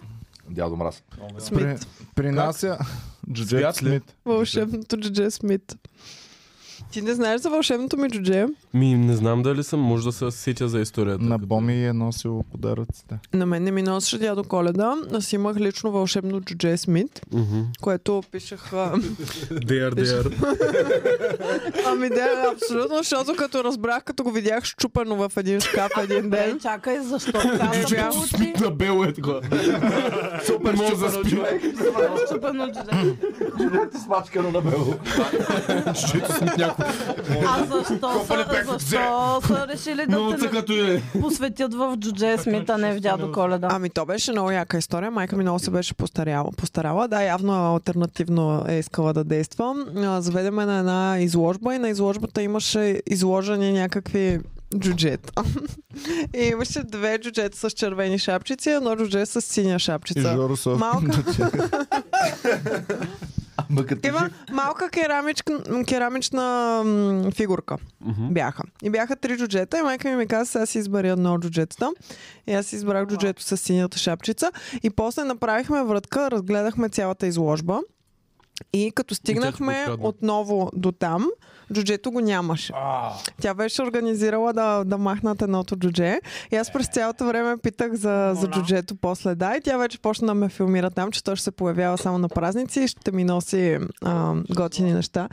S5: Дядо Мраз.
S1: При,
S3: Смит.
S1: принася... Джуджет
S2: Спят ли?
S1: Смит.
S3: Вълшебното джудже Смит. Ти не знаеш за вълшебното ми джудже?
S2: Ми, не знам дали съм, може да се сетя за историята.
S1: На Боми е носил подаръците.
S3: На мен не ми носеше дядо Коледа. Аз имах лично вълшебно джудже Смит,
S2: Мгм.
S3: което пишех... а,
S2: Деяр, деяр.
S3: Ами да, абсолютно, защото като разбрах, като го видях щупено в един шкаф един ден.
S6: Е, чакай, защо така се
S3: Джудже
S6: получи?
S2: На бело е такова. Супер мога да спи.
S6: Разчупено джудже.
S5: Ти смачкано на бело.
S6: А защо са, защо са решили да те
S2: като е.
S6: посветят в джудже Смита, не в дядо Коледа?
S3: Ами то беше много яка история. Майка ми много се беше постаряла. постарала. Да, явно альтернативно е искала да действа. А, Заведе ме на една изложба и на изложбата имаше изложени някакви джуджета. [laughs] и имаше две джуджета с червени шапчици, и едно джудже с синя
S1: И
S3: шапчица.
S1: Жоро Соф.
S3: Малка,
S5: Ама като
S3: Има малка керамична, керамична м, фигурка. Бяха. И бяха три джуджета и майка ми ми каза, сега си избери едно от джуджетата. И аз си избрах джуджето с синята шапчица. И после направихме вратка, разгледахме цялата изложба. И като стигнахме
S2: открадна.
S3: отново до там, джуджето го нямаше. Тя беше организирала да, да махнат едното джудже. И аз през цялото време питах за, за джуджето после да. И тя вече почна да ме филмира там, че то ще се появява само на празници и ще ми носи а, готини неща.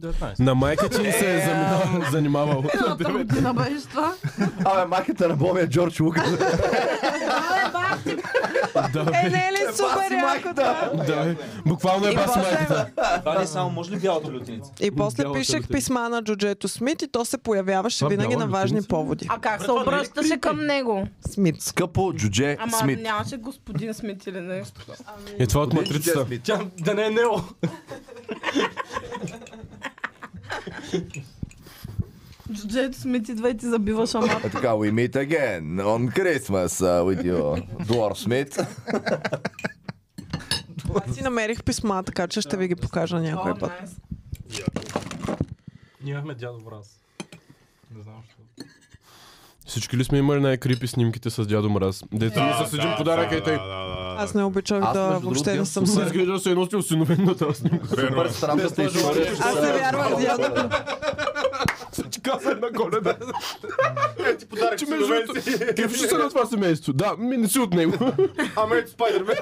S13: 19.
S2: На майка ти се е заминал- [laughs] занимавал.
S6: Едната година беше това.
S5: Абе, майката на Боми е Джордж Лукас.
S6: Абе, бах ти,
S3: Е, не е ли супер яко това?
S2: Да, буквално е
S3: И
S2: бас майка.
S3: после,
S4: Това не само, може ли бялата лютеница?
S3: и после
S2: Бялата
S3: пишех
S2: лютеница.
S3: писма на Джуджето Смит и то се появяваше
S2: Това
S3: винаги
S2: бяла
S3: на важни
S2: лютеница ли?
S3: поводи.
S6: А как
S2: е
S6: се обръщаше към него?
S3: Смит.
S5: Скъпо Джудже
S6: Ама
S5: Смит.
S6: нямаше господин Смит или не?
S2: Е, това от матрицата.
S13: Тя да не е Нео.
S6: Джуджето Смит идва и ти забива шамата.
S5: Е така, we meet again on Christmas uh, with you,
S3: [laughs]
S5: Dwarf Smith.
S3: Аз си намерих писма, така че ще ви ги покажа някой път.
S13: Ние имахме дядо Мраз. Не знам защо.
S2: Всички ли сме имали най-крипи снимките с дядо Мраз? Дете ми с един подарък и тъй.
S3: Аз не обичах
S5: Аз,
S3: да
S5: между
S3: въобще не
S5: другото,
S3: съм
S2: Се изглежда се едно сте осиновен на тази снимка.
S5: Супер странната история.
S3: Аз не вярвах в дядо.
S2: Чека се една коледа. Че между другото, кефши се на това семейство. Да, ми не си от него.
S11: Ама ето Спайдермен.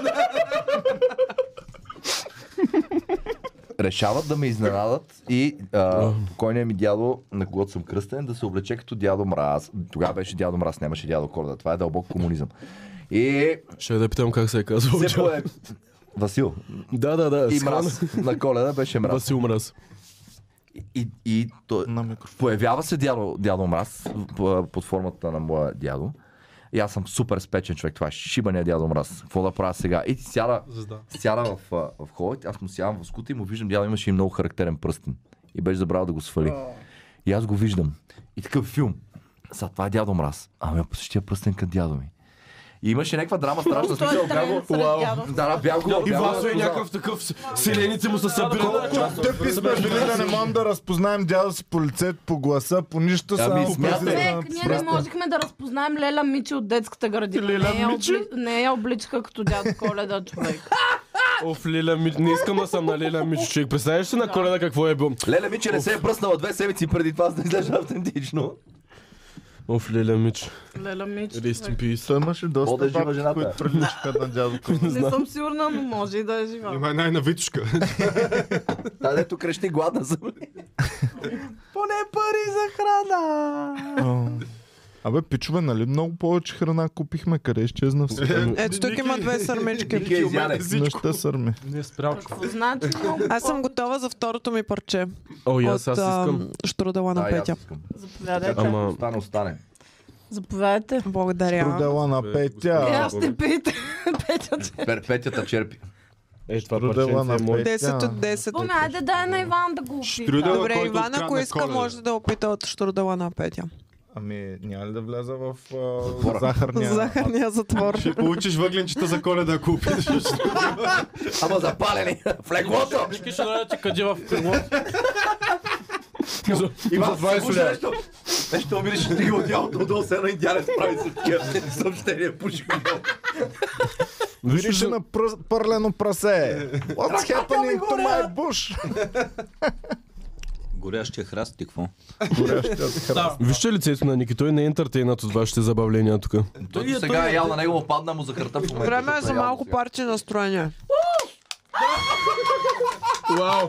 S5: Решават да ме изненадат и а, покойният ми дядо, на когото съм кръстен, да се облече като дядо Мраз. Тогава беше дядо Мраз, нямаше дядо Корда. Това е дълбок комунизъм. И
S2: [laughs] Ще да питам как се е казвал.
S5: се пое... Васил
S2: Да, да, да.
S5: и
S2: схвана.
S5: Мраз. На коледа беше Мраз.
S2: Васил Мраз.
S5: И, и той,
S1: На микрофон.
S5: Появява се дядо, дядо Мраз п- под формата на моя дядо. И аз съм супер спечен човек. Това е шибания дядо Мраз. Какво да правя сега? И ти сяда,
S13: Звезда.
S5: сяда в, а, в хола, аз му сядам в скута и му виждам, дядо имаше и много характерен пръстен. И беше забравил да го свали. И аз го виждам. И такъв филм. Сега това е дядо Мраз. Ами е по същия пръстен към дядо ми. И имаше някаква драма страшна.
S6: Той
S5: смисъл,
S6: е
S5: бях го-
S6: трен сред дядо.
S5: Да, да, бях го.
S2: И
S5: бях го
S2: Васо е
S5: разпознал.
S2: някакъв такъв. с- Селените му се събират.
S1: Тъпи сме били да не можем да разпознаем дядо си по лицето, по гласа, по нищо
S5: Ами,
S1: само
S5: смятай.
S1: през-
S6: Човек, ние не можехме да разпознаем Леля Мичи от детската градина.
S2: Леля
S6: не, я
S2: Мичи?
S6: обли... не я обличаха като дядо Коледа, човек.
S2: Оф, Леля Мич. Не искам да съм на Леля Мич. Човек, представяш ли на коледа какво е бил?
S5: Леле ми, че не се е бръснала две седмици преди това, за да изглежда автентично.
S2: Оф, леля мич.
S6: Леля мич.
S2: Rest in peace.
S1: Той имаше доста
S5: Водещ има
S1: бабки,
S5: жената.
S1: които приличаха на дядо [laughs] Кузо.
S6: Не съм сигурна, но може и да е жива.
S11: Има една и на Витушка.
S5: Та дето крещи гладна съм.
S3: Поне пари за храна!
S1: А, Абе, пичове, нали много повече храна купихме? Къде изчезна Е, всичко?
S3: Ето тук има две сърмички.
S5: Ке, изяде.
S1: Неща сърми.
S13: Не е спрялка.
S6: Какво значи много?
S3: Аз съм готова за второто ми парче
S2: О, и аз аз
S3: от
S2: искам.
S3: ам, Штрудела на
S5: Да, и аз
S3: Петя.
S5: искам.
S6: Заповядайте.
S2: Ама...
S5: Остане, остане.
S6: Заповядайте.
S3: Благодаря.
S1: Трудела на
S2: Бе,
S6: Е,
S1: петя.
S6: аз те питам. Петя, че...
S5: Пер- Петята черпи.
S2: Е, това
S1: Трудела
S2: парченце е
S1: на
S2: мое.
S1: пет.
S3: 10 от 10.
S6: Боме, Ами, айде дай на Иван да го опита.
S11: Штрюдел.
S3: Добре,
S11: който
S3: Иван,
S11: открадна
S3: ако иска,
S11: Коледа.
S3: може да опита от Штрудела на Петя.
S1: Ами, няма ли да вляза в а, захарния?
S3: Захарния затвор.
S11: Ще получиш въгленчета за коледа, ако опиташ.
S5: Ама запалени. В леглото.
S13: Всички ще дойдат и къде в крило.
S5: Иван, слушай нещо. Нещо умириш, ще стига от тялото отдолу, се едно индианец прави с такива съобщения. Пуши го долу.
S1: Виж на пръс- пърлено прасе. What's happening to my bush?
S4: Горящия храст ти какво?
S2: Вижте лицето на Ники, той не е ентертейнат от вашите забавления тук.
S5: Той сега е ял на него, падна му за хърта в момента.
S3: Време е
S5: защото
S3: за
S5: ял
S3: малко
S5: сега.
S3: парче настроение.
S2: Вау!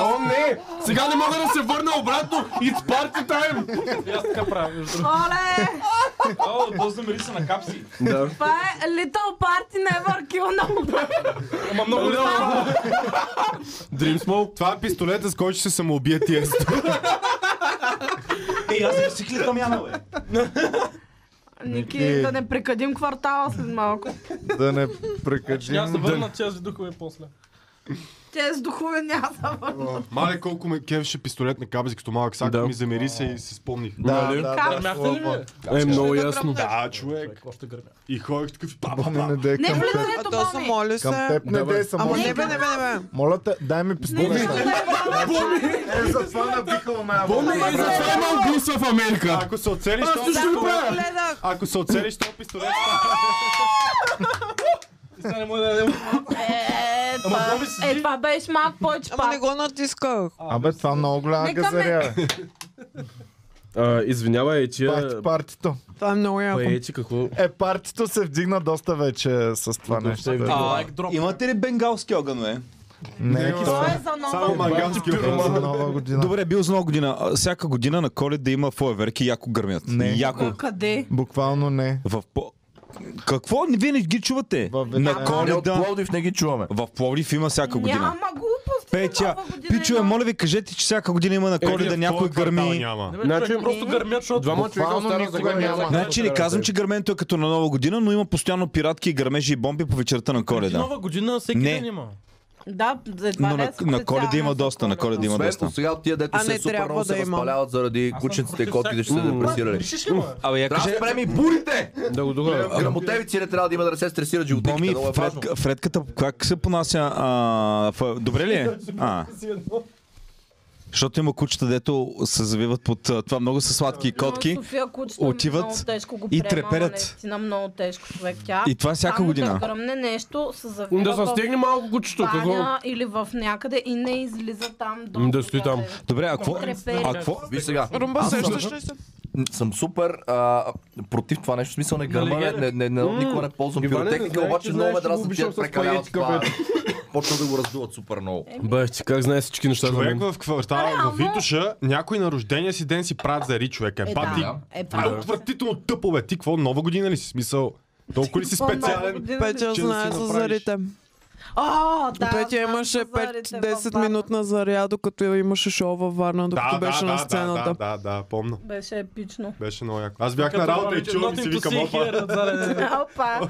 S2: О, не! Сега не мога да се върна обратно! It's party time!
S13: И Аз така правя, между другото.
S6: Оле!
S13: О, доста мириса на капси.
S6: Това е Little Party Never Kill No
S13: Ама много
S2: Dream Smoke.
S11: Това е пистолета, с който ще се самоубие ти есто.
S10: Ей, аз не си кликам яна, бе.
S6: Ники, да не прекадим квартала след малко.
S1: Да не
S13: Ще няма да се
S1: прекачим.
S13: върна, че аз ви духове после.
S6: Те с духове няма да върнат.
S11: Мале колко ме кефеше пистолет на кабзи, като малък сак
S2: Да.
S11: ми замери се и си спомних.
S1: Да, да,
S2: Нали?
S1: да.
S13: Гърмяхте ли ми?
S2: Е, много ясно.
S11: А, човек.
S13: Още гърмя.
S11: И ходих такъв. па, па,
S1: Боми,
S11: па.
S1: не дей
S6: Не
S1: към теб.
S6: влизай
S3: А
S6: до
S3: то се
S6: Боми!
S3: моли
S1: Към
S3: се.
S1: теб не дей, само
S3: Ама не
S1: ще...
S3: бе, не бе, не бе.
S1: Моля те, дай ми
S6: Не,
S1: пистолета. Е, за това набиха ме. Боми,
S2: Е, затова има убийства в Америка!
S11: Ако се оцелиш, то...
S3: Гледах.
S11: Ако се оцелиш, то пистолет.
S13: И сега не мога да дадем.
S6: Е, това-
S13: Боми седи.
S6: Е, това беше малко повече
S3: Ама
S6: пак.
S3: не го натисках.
S1: Абе, това много голяма
S6: Нека ме-
S1: газария. бе.
S2: А, извинявай, е, тия...
S1: Парти- Партито.
S3: Това е много яко.
S2: Паечи, какво?
S1: Е, партито се вдигна доста вече с това нещо.
S2: Въобще е вдигна.
S13: Майк дроп.
S4: Имате ли бенгалски огън, бе?
S1: Не,
S6: То е за нова
S11: Само мангански
S1: е за
S11: огън.
S1: нова година.
S4: Добре, бил за нова година. А, Всяка година на колед да има фойерверки, яко гърмят.
S1: Не.
S4: Яко.
S6: Къде?
S1: Буквално не.
S4: В по... Какво? Вие не ги чувате?
S1: Във Витоля.
S4: На
S5: Ние от
S4: коледа.
S5: Пловдив не ги чуваме.
S4: В Пловдив има всяка година.
S6: Няма глупости.
S4: Петя,
S6: нова година
S4: пичове,
S6: има.
S4: моля ви, кажете, че всяка година има
S5: Е,
S4: на коледа някой гърми.
S11: Няма.
S13: Не, бе,
S2: Значи-
S13: човек, просто гърмят, защото
S2: Двама човека
S1: Буквално
S2: остана за
S1: никога
S2: гърмя.
S1: няма.
S4: Значи не казвам, че гърменето е като на нова година, но има постоянно пиратки, гърмежи и бомби по вечерта на
S5: Значи
S4: коледа.
S13: Нова година всеки
S4: Не.
S13: ден има.
S6: Да, едва
S4: Но на, на коледа има доста, на коледа има
S5: Освен
S4: доста.
S5: от сега от тия, дето
S3: А, не
S5: се супер
S3: трябва
S5: много
S3: да
S5: се
S3: има.
S5: разпаляват заради кученците и котките, ще се
S2: М.
S5: депресирали.
S13: Решиш ли, ма?
S4: Абе, я
S5: Трябва да
S4: кажа,
S5: спрем и бурите!
S1: Значи,
S2: Да го дога.
S5: Грамотевици не трябва да има да не се стресират животните,
S4: Боми,
S5: много е важно.
S4: Фредка- Фредката, как се понася? А, ф- добре ли е? А, защото има кучета, дето се завиват под а, това много са сладки котки.
S6: София кучето ми
S4: отиват
S6: много тежко го
S4: и
S6: приема,
S4: треперят.
S6: ама Наистина много тежко човек. Тя
S4: И това всяка
S6: само
S4: година.
S6: Да гръмне нещо, се завива
S2: Ами, Да се
S6: в
S2: стегне малко кучето, какво?
S6: баня или в някъде и не излиза там до
S2: М, да стои там.
S6: някъде.
S4: Добре, а какво?
S6: Трепери.
S4: А какво?
S5: Виж сега,
S3: Румба, сещаш ли се?
S5: съм супер а, против това нещо. В смисъл не гърма, не, не, не, не, никога не ползвам
S2: Нали е? Иване,
S5: пиротехника,
S2: знаех,
S5: обаче
S2: че
S5: много
S2: знаеш,
S5: ме
S2: че го
S5: дразни,
S2: обичам
S5: че
S2: с
S5: прекаляват
S2: паетика,
S5: това. Почна да го раздуват супер много.
S3: Е,
S2: Бе, ти как знаеш всички неща за
S11: Човек
S2: мен?
S11: в квартала, в Витоша, някой на рождения си ден си правят зари, човек. Е,
S6: Е,
S11: пати.
S6: да. Е,
S11: Това е
S6: пак.
S11: отвратително тъпо, бе. Ти какво, нова година ли си смисъл? Толкова ли
S3: [laughs]
S11: си специален?
S3: Петя
S11: Че да си
S3: знае за
S11: направиш.
S3: зарите.
S6: О, да.
S3: Петя
S6: знам
S3: имаше
S6: за зарите в
S3: 5-10
S6: Варна.
S3: минутна заря, докато имаше шоу във Варна, докато беше на
S11: да,
S3: сцената.
S11: да, да, помна.
S6: Беше епично.
S11: Беше много яко. Аз бях на
S13: Като
S11: работа и
S13: вече
S11: чувам и
S13: nothing
S11: си
S13: to
S11: викам,
S13: see
S11: опа.
S13: here, отзаде.
S6: Опа.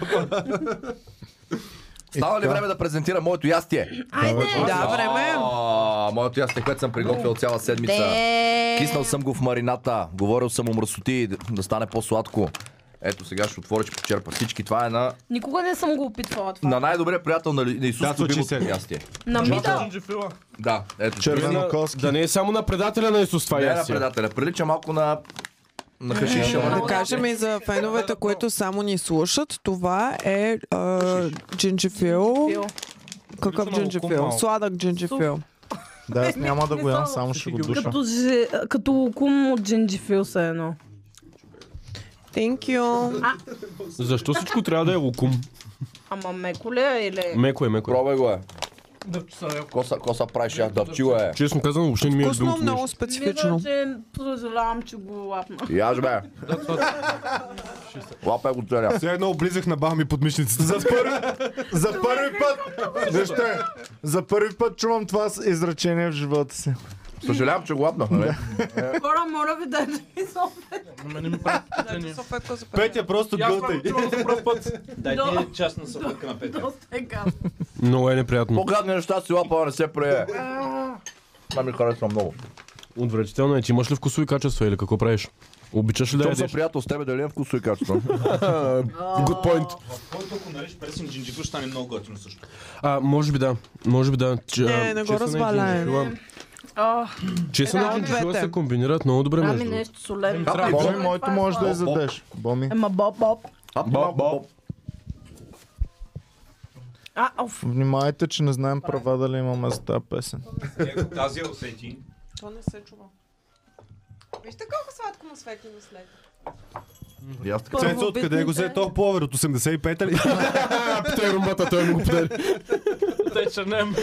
S5: Става ли време да презентира моето ястие?
S6: Айде.
S3: Да, време е.
S5: А, моето ястие, което съм приготвил цяла седмица.
S6: Де.
S5: Киснал съм го в марината, говорил съм о мръсоти, да- да стане по-сладко. Ето сега ще отворя, ще почерпа всички. Това е на,
S6: Никога не съм го опитвала това.
S5: на най-добрия приятел на, Ли- на Исус
S11: Да, това
S5: любимото
S11: 60.
S5: ястие.
S6: На мидъл.
S13: Джунджифила.
S5: Да, ето.
S1: Червено коски.
S2: Да не е само на предателя на Исус, това
S5: Не е на
S2: ясно.
S5: предателя. Прилича малко на, на хашиша. нали? ама не
S3: Да кажем и за феновете, които само ни слушат, това е а, джинджифил. Какъв
S13: Прилича на лукум
S3: джинджифил?
S13: малко.
S3: Сладък джинджифил.
S1: Да, аз няма да го ям, само ще го душа.
S6: е Като, же, като лукум от джинджифил са едно.
S3: Thank you.
S2: Защо всичко трябва да е лукум?
S6: Ама меко ли е или...
S2: Меко е, меко е.
S5: Пробай го е. Коса, коса правиш, я дъпчил е.
S2: Честно казано, въобще не ми е
S3: Вкусно,
S2: любимото нещо.
S3: много специфично.
S6: Мисля, че съжалявам, че го лапна.
S5: Яж бе. Лапе го целя.
S11: Сега едно облизах на баба ми под мишниците.
S1: За първи, за първи път, вижте, за първи път чувам това с изречение в живота си.
S5: Съжалявам, че го лапнах, нали?
S6: Хора, моля ви да ми
S4: Е,
S6: софет.
S13: Ама не ми прави впечатление.
S11: Петя просто гълтай.
S6: До-
S4: частна съпътка на Петя.
S6: Доста е гадно.
S2: Много е неприятно.
S5: По-гадни неща си лапа не се прие. Това ми харесва много.
S2: Отвратително е, че имаш ли вкусови качества или какво правиш? Обичаш ли да
S5: Чом съм
S2: ядеш?
S5: приятел с тебе, дали имам вкусови качества?
S2: Good point.
S4: Който ако нареш пресен джинджифа, ще стане много готино също.
S2: А, може би да. Може би да. Че, а, е
S3: Не, не го
S2: чесъна и
S3: разваляй.
S2: джинджифила-
S6: О,
S2: Чесъна и
S3: Раунд
S2: джинджифила
S3: двете.
S2: е се комбинират много добре
S6: ами
S2: между другото.
S6: нещо солено.
S5: трябва.
S6: Това
S1: Боми,
S6: е
S1: моето
S6: това,
S1: може да
S6: това.
S1: издадеш. Боми.
S6: Ема боп, боп.
S5: Боб, боб.
S6: А, оф.
S1: Внимайте, че не знаем права дали имаме за тази песен.
S4: Е, Ако тази я усети,
S3: То не се чува. Вижте колко сладко му свети на след.
S5: И аз така.
S11: Ценцо, откъде го взе то повер от 85 ли?
S2: Питай румбата, той ми го подари.
S13: Те чернем.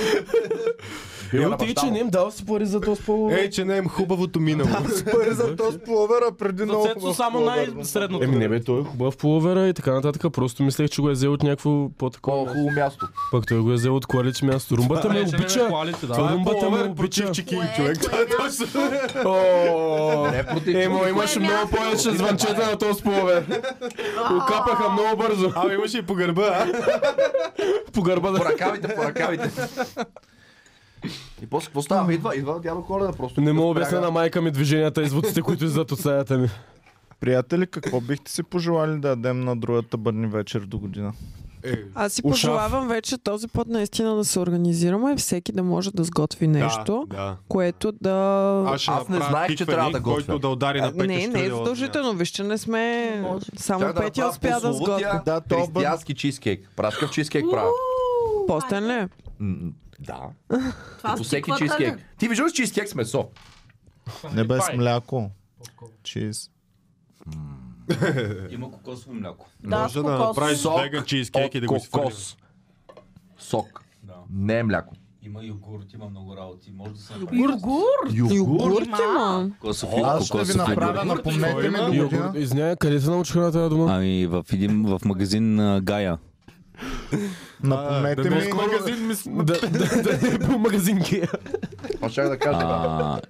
S2: Ел ти, Е, че не им дал си пари за този пол.
S11: Ей, че не им хубавото минало.
S1: Пари за този пловера преди
S13: За Цецо само най-средното. Ами,
S2: Еми не бе, той е хубав пуловера и така нататък. Просто мислех, че го е взел от някакво
S5: Колко
S2: по-такова.
S5: хубаво място.
S2: Пък той го е взел от коалич място. Румбата ме обича.
S11: Това е
S2: Румбата ме
S11: повер
S2: обича.
S11: против чеки, човек. Това е точно.
S2: О,
S5: Не против.
S2: Емо, имаше много повече звънчета на този пуловер. Окапаха много бързо.
S11: Абе, имаше и по гърба, а?
S2: По гърба
S5: По
S2: да.
S5: ръкавите, по ръкавите. И после какво става? Идва, идва дядо Коледа просто.
S2: Не мога обясня на майка ми движенията и звуците, които издат от стаята ми.
S1: Приятели, какво бихте си пожелали да дадем на другата бърни вечер до година?
S3: Аз си
S2: Ушав.
S3: пожелавам вече този път наистина да се организираме и всеки да може да сготви нещо,
S11: Да, да.
S3: което да...
S11: ще
S5: Аз не
S11: направя
S5: знаех, че
S11: пиквеник,
S5: трябва да готвя.
S11: Който да удари
S3: А,
S11: на петя
S3: не, не е
S11: студио.
S3: задължително. Вижте, не сме... Само Петя успя да сготви.
S5: Да,
S1: Да,
S5: то
S1: то бъд-
S5: Християнски чизкейк. Праскав чизкейк правя.
S3: Постен ли? е?
S5: М, Да.
S6: Това сте
S5: По всеки
S6: квартали.
S5: чизкейк. Ти виждаш чизкейк с месо.
S1: Не бе с мляко. Чиз.
S4: има кокосово мляко.
S6: Да,
S11: Може да
S6: с кокос.
S11: направиш
S5: Сок
S11: веган чизкейк и да го
S5: От
S11: изфърлим.
S5: кокос. Сок. Не е мляко.
S4: Има йогурт, има много работи. Може да се
S6: Бургур!
S3: Йогурт има.
S1: Аз ще ви направя, напомнете ми до година.
S2: Йогурт. Извиняй, къде се научиха на тази дума?
S4: Ами в един в магазин а, Гая.
S1: Напомнете ми.
S11: Магазин ми с-
S2: [laughs] Да, да, да, е бил магазин Кея.
S5: Аз ще да кажа. да.
S4: А,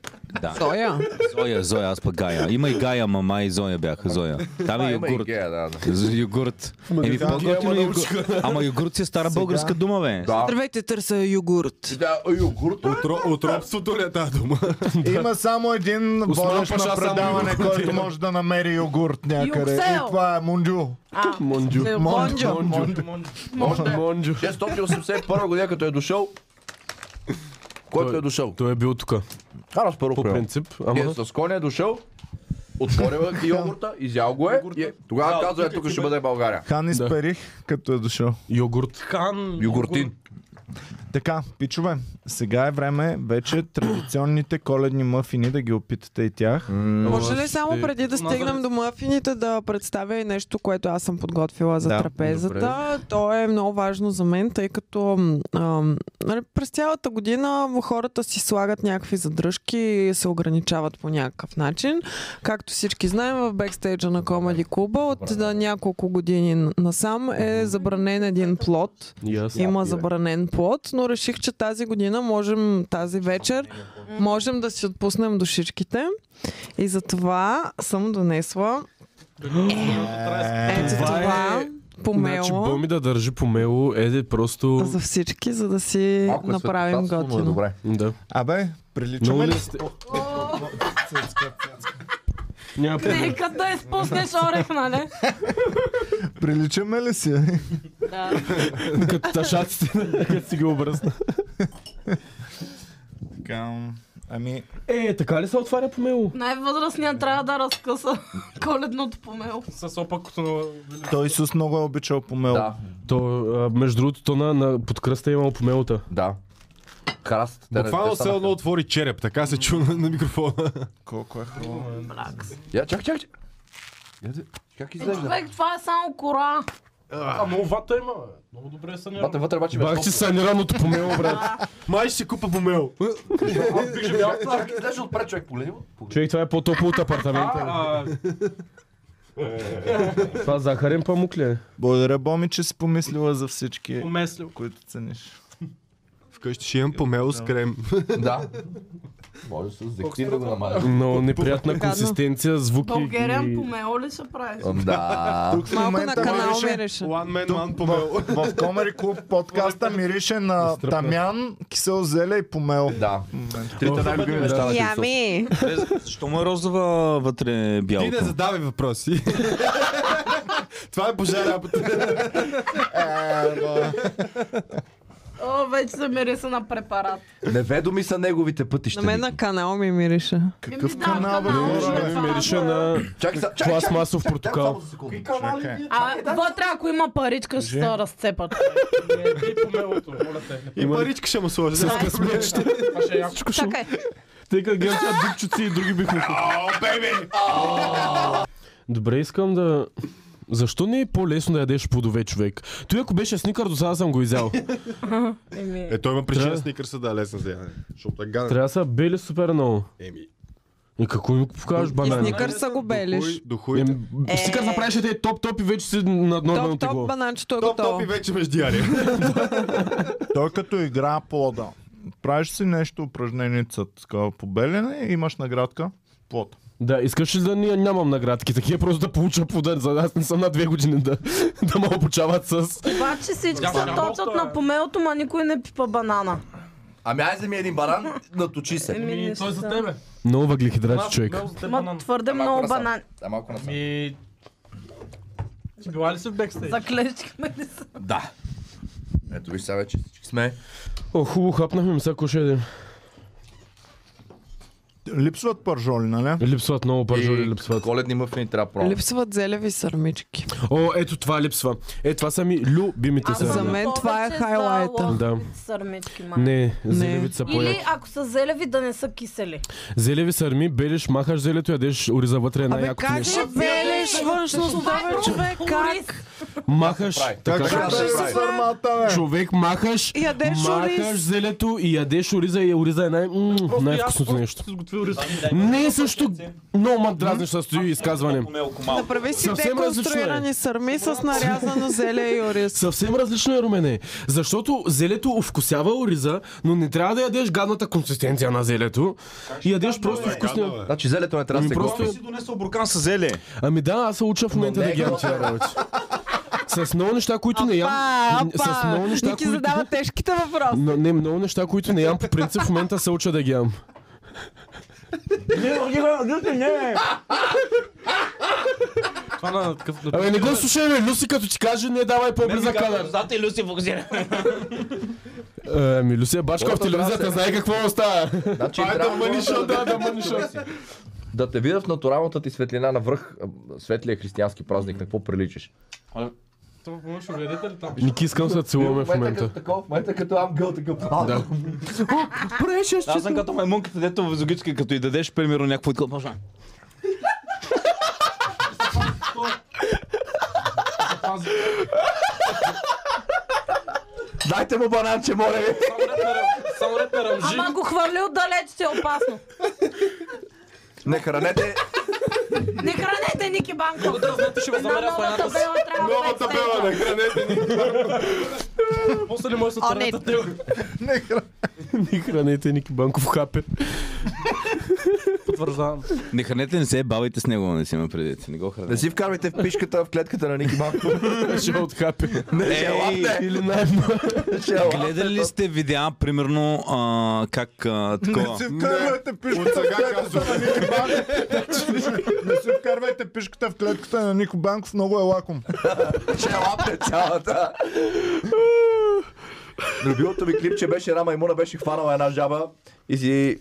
S4: да.
S3: Соя.
S4: Зоя, Зоя, аз пък Гая. Има и Гая, мама и Зоя бяха. Зоя. Там
S5: А,
S4: е
S5: има и
S4: йогурт.
S5: гея, да, да.
S4: За Йогурт. Еми,
S1: магазин
S4: по-готино
S2: Гая ма
S4: йогурт. Ама йогурт си е стара българска дума, бе.
S5: Да.
S3: Здравейте, търся йогурт.
S5: Да, а йогурт.
S11: Отро- От робството ли е тази дума?
S1: Има само един
S2: Осман
S1: водещ
S2: Паша
S1: на
S2: само
S1: предаване,
S2: йогурт.
S1: който може да намери йогурт някъде. И
S6: Юксел.
S1: това е Мунджу.
S6: А,
S2: Монджо.
S6: е, Монджо.
S2: Монджо.
S5: 681 година, като е дошъл. Който е дошъл.
S2: Той е бил тук,
S5: Харос първо
S2: по
S5: приема.
S2: принцип.
S5: Е,
S2: Ама...
S5: с коня е дошъл,
S3: [laughs]
S5: отворила ги йогурта, изял го е. и е- Тогава казва, е, тук ще бъде България.
S1: Хан изперих, като е дошъл.
S2: Йогурт.
S13: Кан.
S5: Йогуртин.
S1: Така, пичове, сега е време вече традиционните коледни мъфини да ги опитате и тях.
S3: Може ли само преди да
S13: Мазали.
S3: стигнем до мафините да представя и нещо, което аз съм подготвила за
S1: Да,
S3: трапезата? То е много важно за мен, тъй като м, ам, нали, през цялата година хората си слагат някакви задръжки и се ограничават по някакъв начин. Както всички знаем, в бекстейджа на Комади Клуба от а, няколко години н- насам е забранен един плод.
S2: Ясно.
S3: Има забранен плод, но реших, че тази година можем, тази вечер, можем да си отпуснем душичките. И затова съм донесла ето
S2: Е, Това е-
S3: това
S2: Значи
S3: помело
S2: Боми да държи помело е просто...
S3: за всички, за да си
S5: Малко е
S3: направим
S5: светотатствено, но е
S3: готино.
S5: Добре.
S2: Да.
S1: Абе,
S2: Много
S1: приличаме
S2: ли
S1: ли?
S2: сте... Няма проблем.
S6: Нека да изпуснеш орех, нали?
S1: Приличаме ли си?
S6: Да.
S2: Като ташаците, [laughs] като си ги обръсна.
S1: Така, ами,
S2: Е, така ли се отваря помело?
S6: Най-възрастният трябва да разкъса [laughs] коледното помело.
S13: С опакото на...
S1: той Исус много е обичал помело.
S5: Да,
S2: То, а, между другото, то на, на под кръста е имало помелота.
S5: да. Хараст.
S11: Буквално се едно отвори [laughs] череп, така се чу на, на микрофона.
S1: Колко е хубаво.
S5: Я, чак, чак, чак. Как изглежда?
S6: Човек, това е само кора.
S13: Ама овата има, бе. Много добре са
S5: Бате, вътре обаче бе.
S2: Бах ти санираното помело, [laughs] брат.
S13: Май ще си купа бомел.
S5: Аз бих живял. Как изглежда отпред човек? Погледни го. Погледни.
S2: Човек, това е по-топло от апартамента. Това захарен памук ли е?
S1: Благодаря, Боми, че си помислила за всички,
S13: Помеслил.
S1: които цениш.
S11: Вкъщи ще имам помел с крем.
S5: Да. Може с зектин да го намажеш.
S2: Много неприятна консистенция, звуки
S6: Българен
S2: и...
S6: помело ли се прави?
S5: Да.
S1: в
S3: Малко на
S1: момента
S3: канал
S1: мирише-
S3: мирише.
S11: One man, one помел.
S1: В Комери Клуб подкаста мирише на тамян, кисело зеле и помел.
S5: Да. Трите най-любими неща на Христос.
S3: Ями!
S4: Защо му е розова вътре
S11: Ти не
S4: бялото?
S11: задавай въпроси. [laughs] Това е божа работа.
S6: О, вече се мириса на препарат.
S5: Неведоми са неговите пътища.
S3: На мен на канал ми мирише.
S6: Какъв канал, бе?
S2: Ми Ами, Мирише на
S5: Чакай, са- чакай,
S2: пластмасов протокол.
S5: чакай.
S6: А, вътре, ако има паричка, ще се разцепат.
S13: Ей, помелото, моля те. не
S11: И паричка ще му сложи.
S13: Това ще е яко.
S6: Чакай,
S2: Тъй като гледам тя дупчици и други бих му Добре, искам да... Защо не е по-лесно да ядеш плодове, човек? Той ако беше сникър, до сега съм го изял.
S6: еми,
S11: Е, той
S2: Трябва-
S11: има причина сникърса да е лесен за ядене. Защото е гаден.
S2: Трябва да са бели супер много.
S11: Еми.
S2: И какво ми покажеш,
S3: И
S2: банани?
S3: сникър са го белиш.
S11: До хуй.
S3: Е.
S2: Сникър направиш те топ-топ и вече си на
S3: Топ,
S2: нормалното
S3: топ,
S2: го.
S3: бананчето е готово.
S11: Топ-топ и вече
S13: [laughs]
S11: между диария.
S1: Той като игра плода. Правиш си нещо, упражненица, такава по белене, имаш наградка, плод.
S2: Да, искаш ли да ни, нямам наградки? Такива просто да получа плода. За аз не съм на две години да, да ме обучават с...
S6: обаче всички се точат на помелото, ма никой не пипа банана.
S5: Ами ай вземи един баран, наточи се.
S6: Еми,
S13: Ми,
S6: не
S13: той е
S6: ще-
S13: за тебе.
S2: Много въглехидрати, човек.
S13: Помел за теб,
S6: Ма
S13: банан.
S6: твърде
S5: Малко
S6: много
S5: насам.
S6: банани.
S5: Да, Е, малко насам.
S13: Ми... Ти била ли си в бекстейдж?
S6: Заклещихме ли се?
S5: Да. Ето виж сега вече всички сме.
S2: О, хубаво хапнахме, ми сега какво ще ядем?
S1: Липсват пържоли, нали?
S2: Липсват много пържоли,
S5: И
S2: липсват.
S5: Коледни мъфни трябва да пробвам.
S3: Липсват зелеви сърмички.
S2: О, ето това липсва. Е, това са ми любимите
S6: Аз
S2: са.
S3: За
S6: съм
S3: мен това е
S6: повече за
S3: хайлайта.
S6: лофовите
S2: Да.
S6: Сърмички, май.
S2: Не, зелевица по
S6: Или ако са зелеви, да не са кисели.
S2: Зелеви сърми, белиш, махаш зелето, ядеш ориза вътре е
S3: Абе
S2: най-якото
S3: как
S2: нещо.
S3: ще белиш външността, бе, е човек? Как?
S2: Махаш,
S1: Как ще
S2: така,
S1: правиш с фармата, бе?
S2: човек махаш,
S3: Ядеш
S2: махаш
S3: ориз.
S2: зелето и ядеш ориза и ориза е най- м, най-вкусното нещо. Не е също много ма дразниш с това изказване.
S3: Направи си
S2: Съвсем различно е.
S3: деконструирани сърми с нарязано зеле и ориз.
S2: Съвсем различно е румене, защото зелето овкусява ориза, но не трябва да ядеш гадната консистенция на зелето и ядеш просто вкусния...
S5: Значи зелето не трябва да
S2: Ами
S5: се
S2: просто...
S5: готви.
S4: Си донесъл буркан с зеле.
S2: Ами да, аз се уча в момента
S5: не
S2: да
S5: е
S2: ги ям тия работи. С много неща, които не ям...
S3: Па,
S2: С много
S3: па,
S2: неща,
S3: Ники
S2: които...
S3: задава тежките въпроси.
S2: Но, не, много неща, които не ям по принцип, в момента се уча да ги ям.
S13: Това на такъв... на-
S2: Абе, не го слушай, бе, Люси, като ти каже, не давай по-близа камера.
S4: Зате Люси фокусира.
S2: Ами, Люси е бачка в
S5: Хората
S2: телевизията,
S5: трябва да
S2: знае какво остава.
S5: Значи трябва
S2: да, да, мънишот.
S5: да те видят в натуралната ти светлина на връх. а, Светлия християнски празник, на какво приличаш?
S13: Това помня, ще го ядете ли там?
S2: Ники, искам да се целуваме в момента.
S5: като такова, в момента като амгъл такъв. Да.
S4: Аз съм като маймунката, дето в зогичка, като и дадеш, примерно, някакво откъл.
S5: Дайте му бананче, моля ви.
S13: Само ред на ръмжи.
S6: Ама го хвърли отдалеч, ще е опасно.
S5: Не хранете.
S6: Не хранете Ники Банков.
S13: Ти ще го е
S6: На
S13: замеря в
S6: новата
S13: фаната си.
S6: бела трябва е
S11: Новата бела, не хранете ни.
S13: После ли може да се отърне
S3: не.
S13: тъл?
S2: Ни хранете, Ники Банков хапе.
S13: Потвърждавам.
S4: Не хранете, не се бавайте с него, не си ме предете. Не го
S5: Не
S4: хранете.
S5: си вкарвайте в пишката в клетката на Ники Банко.
S2: Ще от хапе.
S4: Е, Ей,
S2: Или най
S4: гледали ли сте видеа, примерно, а, как а, такова?
S1: Вкарвайте
S11: От
S1: пишката
S11: сега казвам.
S1: Не си вкарвайте пишката в клетката на Нико Банков, много е лаком.
S5: Ще лапне цялата. Любимото ми клипче беше Рама и Муна беше хванала една жаба и си...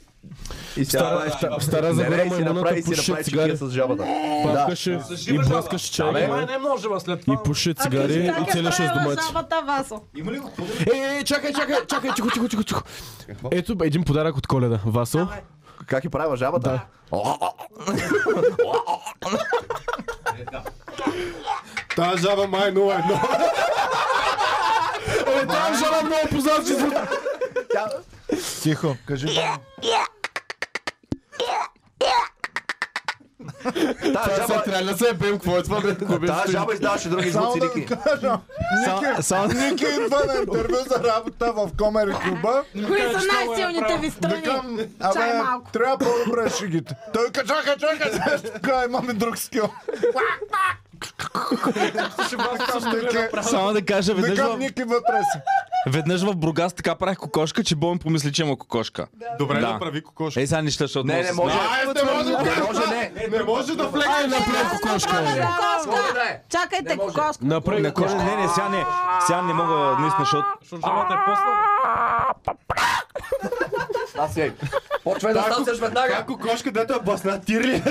S5: И си
S2: Стара-
S5: направи-
S2: Стара
S5: Не, не,
S2: Загора
S5: и си
S2: маймуната
S5: направи, и си
S2: пушеше
S5: направи
S2: цигари.
S5: чекия с жабата.
S2: Павкаше и блъскаше чай.
S13: Май не е много жива след
S2: И
S13: това.
S2: пуши цигари и целяше с домати. Е, е, чакай, чакай, чакай, тихо, тихо, тихо, тихо. Ето бе, един подарък от коледа. Васо,
S5: Как е правила жабата?
S11: Та жаба май 0-1.
S2: Е, там жара много познавчи звук.
S1: Тихо, кажи. бе.
S5: Та
S2: Сега
S5: жаба,
S2: трябва да се пеем, какво е това, бе? Какво беше
S5: та
S2: това?
S5: жаба издаваше други
S1: Само
S5: звуци,
S1: да
S5: Ники.
S1: ви кажа.
S4: Са- са-
S1: Ники идва на интервю за работа в Комери клуба.
S6: Кои са
S13: е
S6: най-силните ви страни?
S1: Викам,
S6: Чай
S1: абе,
S6: малко.
S1: трябва по-добре шигите. Той ка, чакай, чакай, сега ще кажа, имаме друг скил. Ники,
S4: Само да кажа, веднъж
S1: Викам
S4: в,
S1: Ники вътре си.
S4: веднъж в Бургас така правих кокошка, че Боми помисли, че има кокошка.
S11: Добре,
S4: Да.
S11: направи кокош.
S4: Ей, сега не ще, защото
S5: Не,
S4: много
S5: не
S4: се
S5: може.
S4: знае.
S11: Ай, не може да
S5: Не може, не.
S11: Не може да влега и
S6: Е, Аз
S11: напред.
S6: съм направила
S5: е.
S6: кокошка! Чакайте, кокошка!
S2: Направи
S4: На кожа, не, не, сега не, сега не мога, наистина, защото...
S13: Защото жабата е после.
S5: Аз ей. Почвай да стасяш веднага.
S11: Кокошка, дето е басна тирли.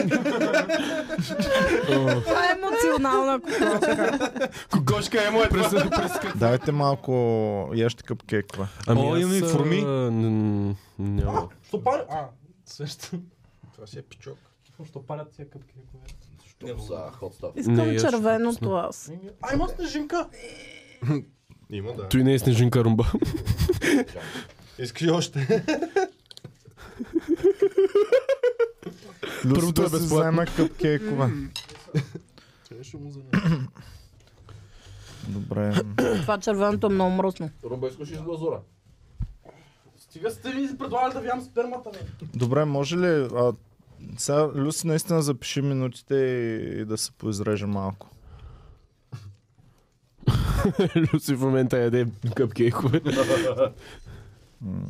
S6: Това е емоционална кокошка.
S11: Кокошка е моят.
S1: Дайте малко ящи къпкейк, бе.
S2: Ами
S4: О,
S2: аз,
S4: имаме и
S2: а,
S4: форми.
S2: н- н- Няма.
S13: Стопар... А, също. Това си е пичок. Що парят тия къпки?
S2: Не,
S6: Искам
S2: я ще
S6: червеното аз.
S13: Ай, има снежинка!
S11: Има, да.
S2: Той не е снежинка румба. [laughs]
S11: Искаш ли още?
S1: Първото е безплатно. Взема къпкейкове. Добре.
S6: Това червеното е много мръсно.
S5: Румба, искаш ли с глазура?
S13: Стига сте ми предлагали да вям спермата, бе.
S1: Добре, може ли... А, сега, Люси, наистина запиши минутите и, и да се поизреже малко.
S2: Люси в момента яде къпкейкове.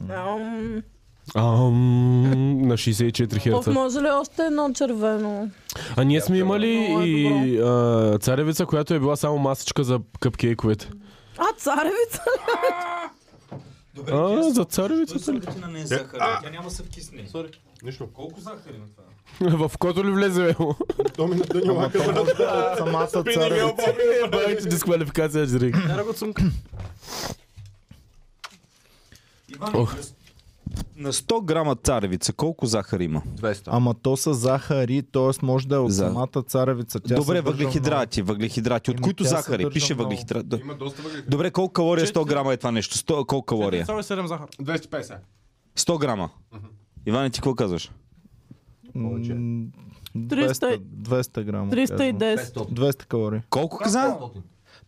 S6: Ам,
S2: Ам, на 64
S6: Пов,
S2: херца.
S6: може ли още едно червено?
S2: А ние сме имали
S6: Много е
S2: и а, царевица, която е била само масичка за къпкейковете.
S6: А, царевица!
S2: А, за царевицата ли?
S4: Е,
S11: Нищо.
S2: В кото ли влезе,
S4: [laughs]
S2: бе?
S11: То ми да няма къде.
S1: Самата царева.
S2: Правите дисквалификация, жрик.
S4: На 100 грама царевица, колко захар има?
S5: 200.
S1: Ама то са захари, т.е. може да е от
S4: За-
S1: самата царевица. Тя
S4: Добре,
S1: съдържа
S4: въглехидрати, въглехидрати. От
S1: Еми,
S4: които
S1: тя
S4: захари?
S1: съдържа
S4: Пише
S1: много.
S4: въглехидрати. да.
S11: Има доста въглехидрати.
S4: Добре, колко калория 100 грама е това нещо? 100, колко калория?
S13: Царо е 7 захар.
S11: 250.
S4: 100 грама. Иване, ти какво казваш?
S1: много- М, 200,
S6: 300
S1: 200 грама. казвам.
S6: 310.
S1: 200 калории.
S4: Колко каза?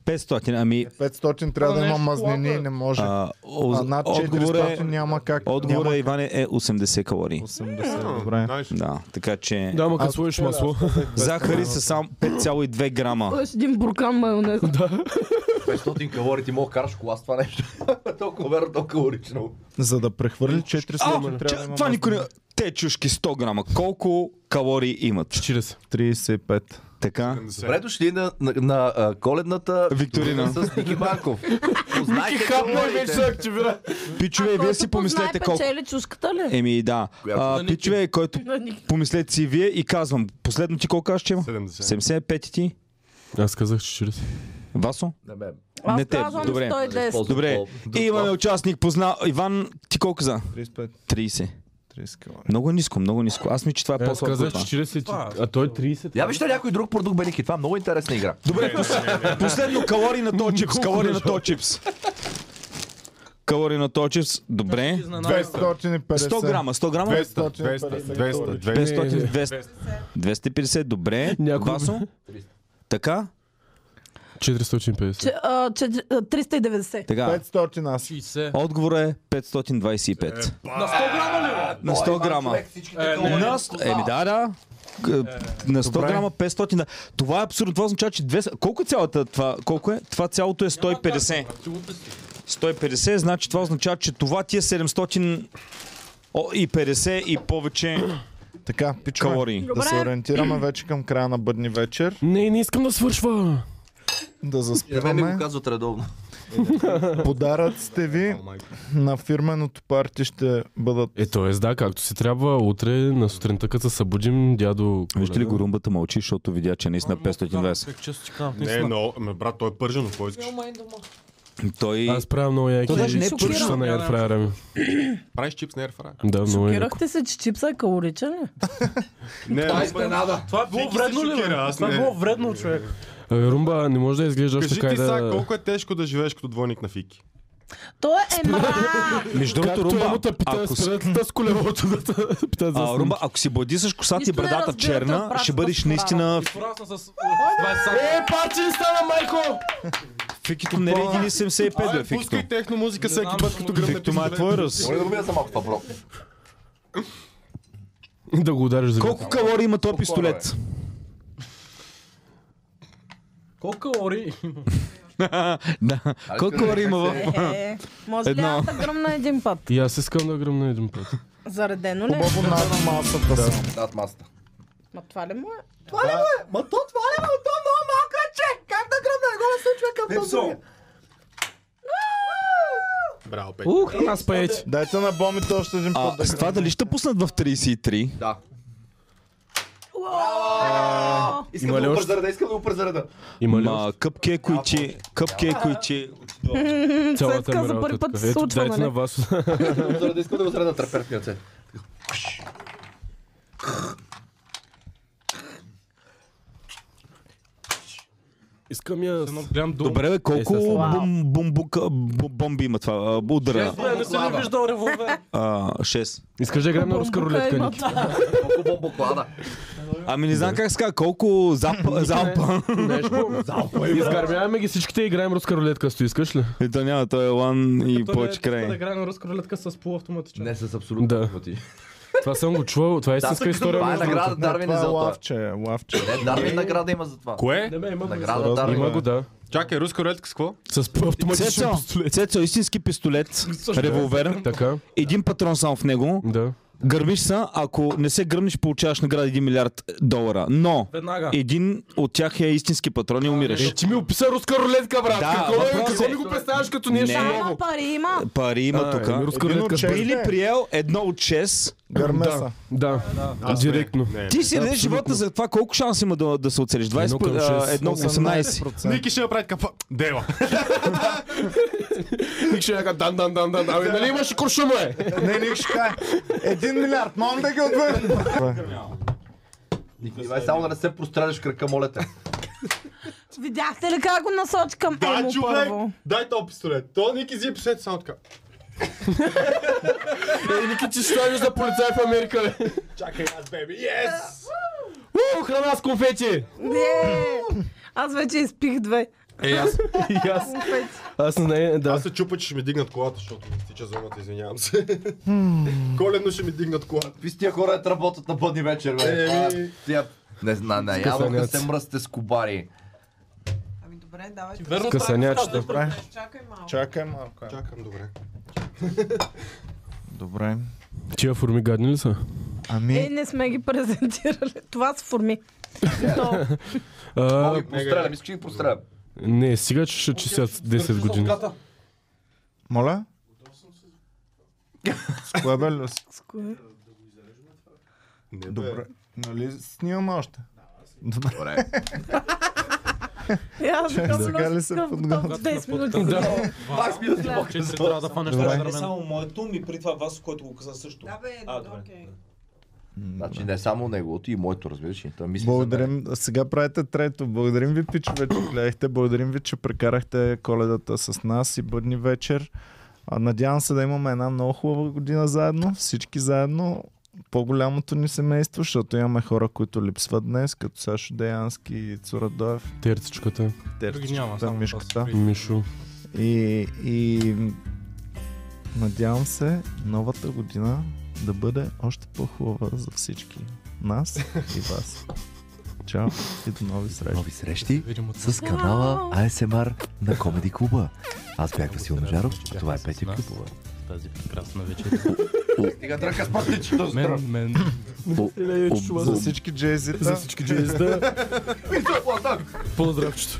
S4: 500. Ами,
S1: 500 трябва да има
S13: нещо
S1: мазнини и
S13: слабо е.
S1: не може. А,
S4: а, о-
S1: над
S4: отговор
S1: 400
S4: е,
S1: няма как.
S4: отговор
S1: няма
S4: е, Иване, е 80 калории.
S1: 80, добре.
S11: Nice.
S4: Да, така че...
S2: Да, ма като
S1: Аз
S2: сложиш
S1: вчера
S2: масло.
S4: Захари са само 5,2 грама.
S6: Тоест е един буркан майонез.
S5: 500 калории, ти мога да караш кола с това нещо. [laughs] Толкова верно, толкова калорично.
S1: За да прехвърли 400
S4: А,
S1: трябва да
S4: че-
S1: има
S4: това никой не...
S1: мазнини.
S4: Те чушки 100 грама. Колко калории имат?
S2: 40.
S1: 35.
S4: Така?
S11: Ами.
S5: Добре дошли на, на, на а, коледната
S4: Викторина.
S5: с Ники Банков. Познайте калориите.
S2: активира.
S4: Пичове, вие си помислете колко...
S6: печели чушката ли?
S4: Еми да.
S5: Която
S4: а, пичове, който
S6: На никой.
S4: помислете си вие и казвам. Последно ти колко казваш, че има?
S11: 70.
S4: 75 и ти?
S2: Аз казах 40.
S4: Васо?
S5: Не, бе,
S6: [laughs] Аз
S4: Не те,
S6: казвам
S4: добре.
S6: 110.
S5: използвам
S4: Добре.
S5: по-
S4: И имаме участник позна... Иван, ти колко за?
S1: 35.
S4: 30.
S1: 30 калории.
S4: Много ниско, много ниско. Аз ми, че това е
S2: Аз
S4: по-слабо.
S2: казах
S4: от това.
S2: 40, а той е 30.
S5: Я вижте някой друг продукт, бе, Ники. Това е много интересна игра.
S4: Добре, пос- последно калории на то чипс. Калории на то чипс. Калории на то чипс. Добре.
S1: 250.
S4: 100 грама, 100 грама.
S11: 200, 200, 200, 200.
S4: 500, 200. 250, добре.
S2: Някой-
S4: Васо? Така?
S2: 450.
S6: Че- а, че- а, 390.
S4: Така.
S1: 500 аз.
S13: 60.
S4: Отговор е 525.
S13: На 100 грама ли, бе?
S4: На 100 грама. На... с- Еми да, да. К- На 100 грама 500. да. Това е абсурдно. Това означава, че 200... Колко е цялата това? Колко е? Това цялото е 150. 150, значи това означава, че това ти е 700 о, и 50 и повече
S1: Така, пичове.
S4: калории.
S1: Да се ориентираме вече към края на бъдни вечер.
S2: Не, не искам да свършва.
S1: Да
S5: И на мен ми го
S1: заспиваме.
S5: казват редовно.
S1: Подаръците ви на фирменото парти ще бъдат
S2: Е, т.е. да, както си трябва, утре на сутринта, като се събудим, дядо...
S4: Вижте ли
S2: Коледа.
S4: го румбата мълчи, защото видя, че наистина 520.
S13: Как често ти казвам,
S11: Не, но, ме брат, той е пържено, кой искаш?
S10: Той...
S2: Аз правя много яки
S10: То даже не е
S2: чипса
S6: шокирано.
S2: на ерфраера ми.
S11: Правиш чипс на ерфара.
S2: Да, много яко.
S6: Шокирахте се, че чипса е калоричен ли?
S11: Не,
S13: Това е
S11: аз-
S13: изненада. Това е било
S11: Всеки се
S13: вредно ли? бе?
S11: шокира, аз
S13: Това
S11: не.
S13: е било вредно, човек.
S2: Абе, Румба, не може да изглеждаш
S11: Кажи
S2: така
S11: ти
S2: и
S11: сега
S2: да...
S11: колко е тежко да живееш като двойник на Фики.
S6: Той е мрак!
S4: Между другото,
S2: Както
S4: Румба,
S2: ему те пита
S4: ако
S2: с
S4: си-
S2: педата с колелото да те питат за
S4: а,
S2: снимки.
S4: Румба, ако си бладисаш косата и
S6: Нищо не
S4: брадата
S6: разбирате от
S4: черна,
S6: братата
S4: ще бъдеш
S6: в
S4: наистина...
S13: И порасна с... Това е само...
S2: Е, пачи стана, майко!
S4: Фикито не е 1,75, бе,
S11: Абе,
S4: фикито.
S11: пускай техно музика всеки
S13: знам,
S11: път,
S13: че
S11: като
S13: му-
S11: гръмне
S4: Фикито ма е
S11: пистолет.
S4: твой ръст.
S5: Моля да го мина за малко това, бро.
S2: Да го удариш за
S4: Колко калории има този пистолет?
S13: Колко калории има?
S4: [laughs] Да. Колко калории има в...
S6: Е, може ли
S4: Едно.
S6: аз да гръмна един път?
S2: И аз искам да гръмна един път.
S6: Заредено ли? е?
S1: Хубаво над масата съм.
S5: Над масата.
S6: Ма това ли му е?
S5: Ма то това ли, ма то много малко е, че! Как да гръмна? Не го не случва към този.
S11: Браво, Петя.
S2: Ух, нас пееч.
S1: Дайте на бомите още един път.
S4: А, с това дали ще пуснат в 33?
S5: Да.
S6: Уау!
S5: Искам
S2: Има
S5: да
S2: ли
S5: го
S2: още?
S5: презареда, искам да го презареда.
S2: Има ли
S4: Ма, къпкейко и че... Къпкейко и че...
S2: цялата
S6: Цътка за
S2: мрежа
S6: първи път
S2: тук?
S6: се
S2: Ето,
S6: случва,
S2: Дайте
S6: нали?
S2: на вас. [laughs]
S5: Искам да го презареда, искам да го зареда треперни ръце.
S2: Искам я... с-
S13: Гледам долу.
S4: Добре, бе, колко
S2: Е, сега
S6: съм.
S4: бум, бумбука, бу- бомби има това? а, Удара.
S13: Не, не съм ли
S2: [laughs]
S13: виждал револвер.
S4: А, шест.
S2: Искаш да играем на руска
S6: Бомбука
S2: рулетка,
S6: има
S2: Ники?
S6: това.
S5: Колко бомбо клада.
S4: Ами не знам как се казва, колко
S13: [laughs]
S4: залпа... залпа.
S2: Изгърмяваме ги всичките и играем руска рулетка, сто искаш ли?
S4: И то няма, той е лан и
S13: Той не е
S4: повече
S13: така Да
S4: край.
S13: играе на руска рулетка с полуавтоматичен.
S5: Не, с абсолютно
S2: Да.
S5: пъти.
S2: Това съм го чувал, това е истинска история.
S5: Това е
S2: между
S5: награда, Дарвин е
S1: Това е
S5: за това.
S1: лавче, лавче.
S5: Не, Дарвин награда има за това.
S11: Кое?
S13: Не е бе, има го.
S5: Награда
S2: другото.
S5: Дарвин.
S2: Има го, да.
S11: Чакай, руска рулетка с какво?
S2: С автоматичен
S4: Цецо,
S2: пистолет.
S4: Цецо, истински пистолет, револвер,
S2: Така,
S4: един патрон само в него.
S2: да.
S4: Гърмиш се, ако не се гърмиш, получаваш награда 1 милиард долара. Но
S13: Веднага.
S4: един от тях е истински патрон и умираш.
S2: Ти ми описа руска рулетка, брат.
S4: Да,
S2: Какво е-
S4: въпросът
S2: Какво
S4: е-
S2: ми го представяш като нещо
S4: Не.
S6: Да,
S2: ново?
S6: има пари, има.
S4: Пари има тук.
S2: Ами, руска
S1: Един
S2: рулетка.
S1: от шест.
S2: ще-
S4: Би ли приел едно от 6?
S1: Гърмеса.
S2: Да,
S11: Аз не.
S2: директно.
S11: Не, не.
S4: Ти си дадеш живота за това колко шанс има да, да се оцелиш? 20,
S2: Едно към шест.
S4: 1,18.
S1: 18%.
S11: Ники ще направи капа. Дева.
S2: Ник ще яка дан, дан, дан, дан. Ами нали имаш и куршума, е?
S1: Не, не, ще кажа. Един милиард, мам да ги отвън.
S5: Ивай, само да не се простреляш в крака, моля те.
S6: Видяхте ли как го насочи към
S11: [laughs] Да,
S6: Емо
S11: човек!
S6: първо?
S11: Дай то пистолет. То Ники зи пишете само така.
S2: Е, Ники, ти ще станеш за полицай в Америка, бе.
S11: Чакай аз, беби. Yes!
S2: Уу, храна с конфети!
S6: Не. Аз вече изпих две.
S2: Е,
S5: [laughs]
S2: аз. И аз. Аз не, да.
S11: Аз се чупа, че ще ми дигнат колата, защото ми стича зоната, извинявам се. [laughs] Коледно ще ми дигнат колата.
S5: Какви са тия хора да работят на бъдни вечер, бе? А, тия- Не знам, не, явно не се мръсте с кубари.
S3: Ами добре, давай.
S13: Верно,
S2: Късанячета.
S13: това е
S1: Добре,
S3: Чакай малко.
S1: чакай малко.
S11: Чакам, добре.
S1: Добре.
S2: Тия форми гадни ли са?
S6: Е,
S1: Ами,
S6: не сме ги презентирали. Това са форми. То.
S2: А,
S5: Мога ги Ами, простреля, мисля, че ги простреля.
S2: не, сега че ще чистят 10 години.
S1: моля? С кое бе, Люси?
S6: С кое?
S11: Не,
S1: Добре.
S11: Добре.
S1: Нали снимам още? Добре.
S5: Добре.
S6: Е, аз
S1: Чакай,
S6: съм
S1: сега ли
S6: много
S1: се
S6: скъп,
S1: подготвя?
S6: топ 10 минути.
S5: Пак спи да си мога.
S13: Че си трябва да фанеш
S1: Добре.
S13: Спайдермен.
S4: моето, ми при това вас, който го каза също.
S3: Да бе,
S4: А, добре.
S3: окей.
S5: Значи не само неговото и моето, разбираш ли? Той мисли за мен.
S1: Благодарим. Сега правите трето. Благодарим ви, пичове, че гледахте. Благодарим ви, че прекарахте коледата с нас и бъдни вечер. А, Надявам се да имаме една много хубава година заедно. Всички заедно. По-голямото ни семейство, защото имаме хора, които липсват днес, като Сашо Деянски и Цурадоев,
S2: Терцичката,
S13: Други няма,
S1: Терцичката,
S13: само
S1: Мишката.
S2: Мишо.
S1: И, и надявам се новата година да бъде още по-хубава за всички нас и вас. Чао и до нови срещи.
S5: Нови срещи
S13: Видим от
S5: с канала ASMR на Комеди Клуба. Аз бях Васил Ножаров, а това е Петя Клюпова.
S13: тази прекрасна вечер.
S5: Стига тръка с пътничето
S13: Мен, мен.
S1: За всички джейзита. За всички джейзита.
S2: Поздравчето.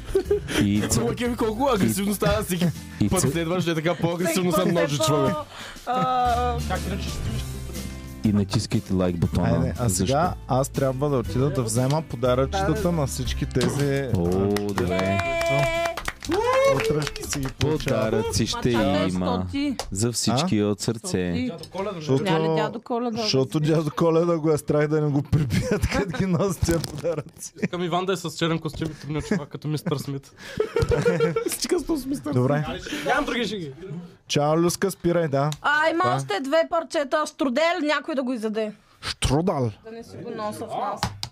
S5: И
S2: Цъмъке ми колко агресивно става всеки път следваш, е така по-агресивно съм ножи човек.
S6: А,
S4: И натискайте лайк бутона.
S1: Айде, Е, а сега аз трябва да отида да
S2: Е,
S1: взема подаръчетата на всички тези.
S4: О, добре.
S6: е.
S1: Утре Тръжки си ги получава.
S4: Подаръци ще
S6: Ма, чакай,
S4: има.
S6: е стоти.
S4: За всички от сърце.
S6: Стоти.
S1: Защото,
S6: Няма ли дядо Коледа?
S1: защото дядо Коледа го е страх да не го прибият, като ги носят тия подаръци.
S13: Искам Иван да е с черен костюм и трудно чувак, като мистър Смит. Стига с този мистър
S1: Добре.
S13: Смит. Нямам други шиги.
S1: Чао, Люска, спирай, да.
S6: А, има още две парчета. Штрудел, някой да го изяде.
S1: Штрудал.
S6: Да не си го носа в нас.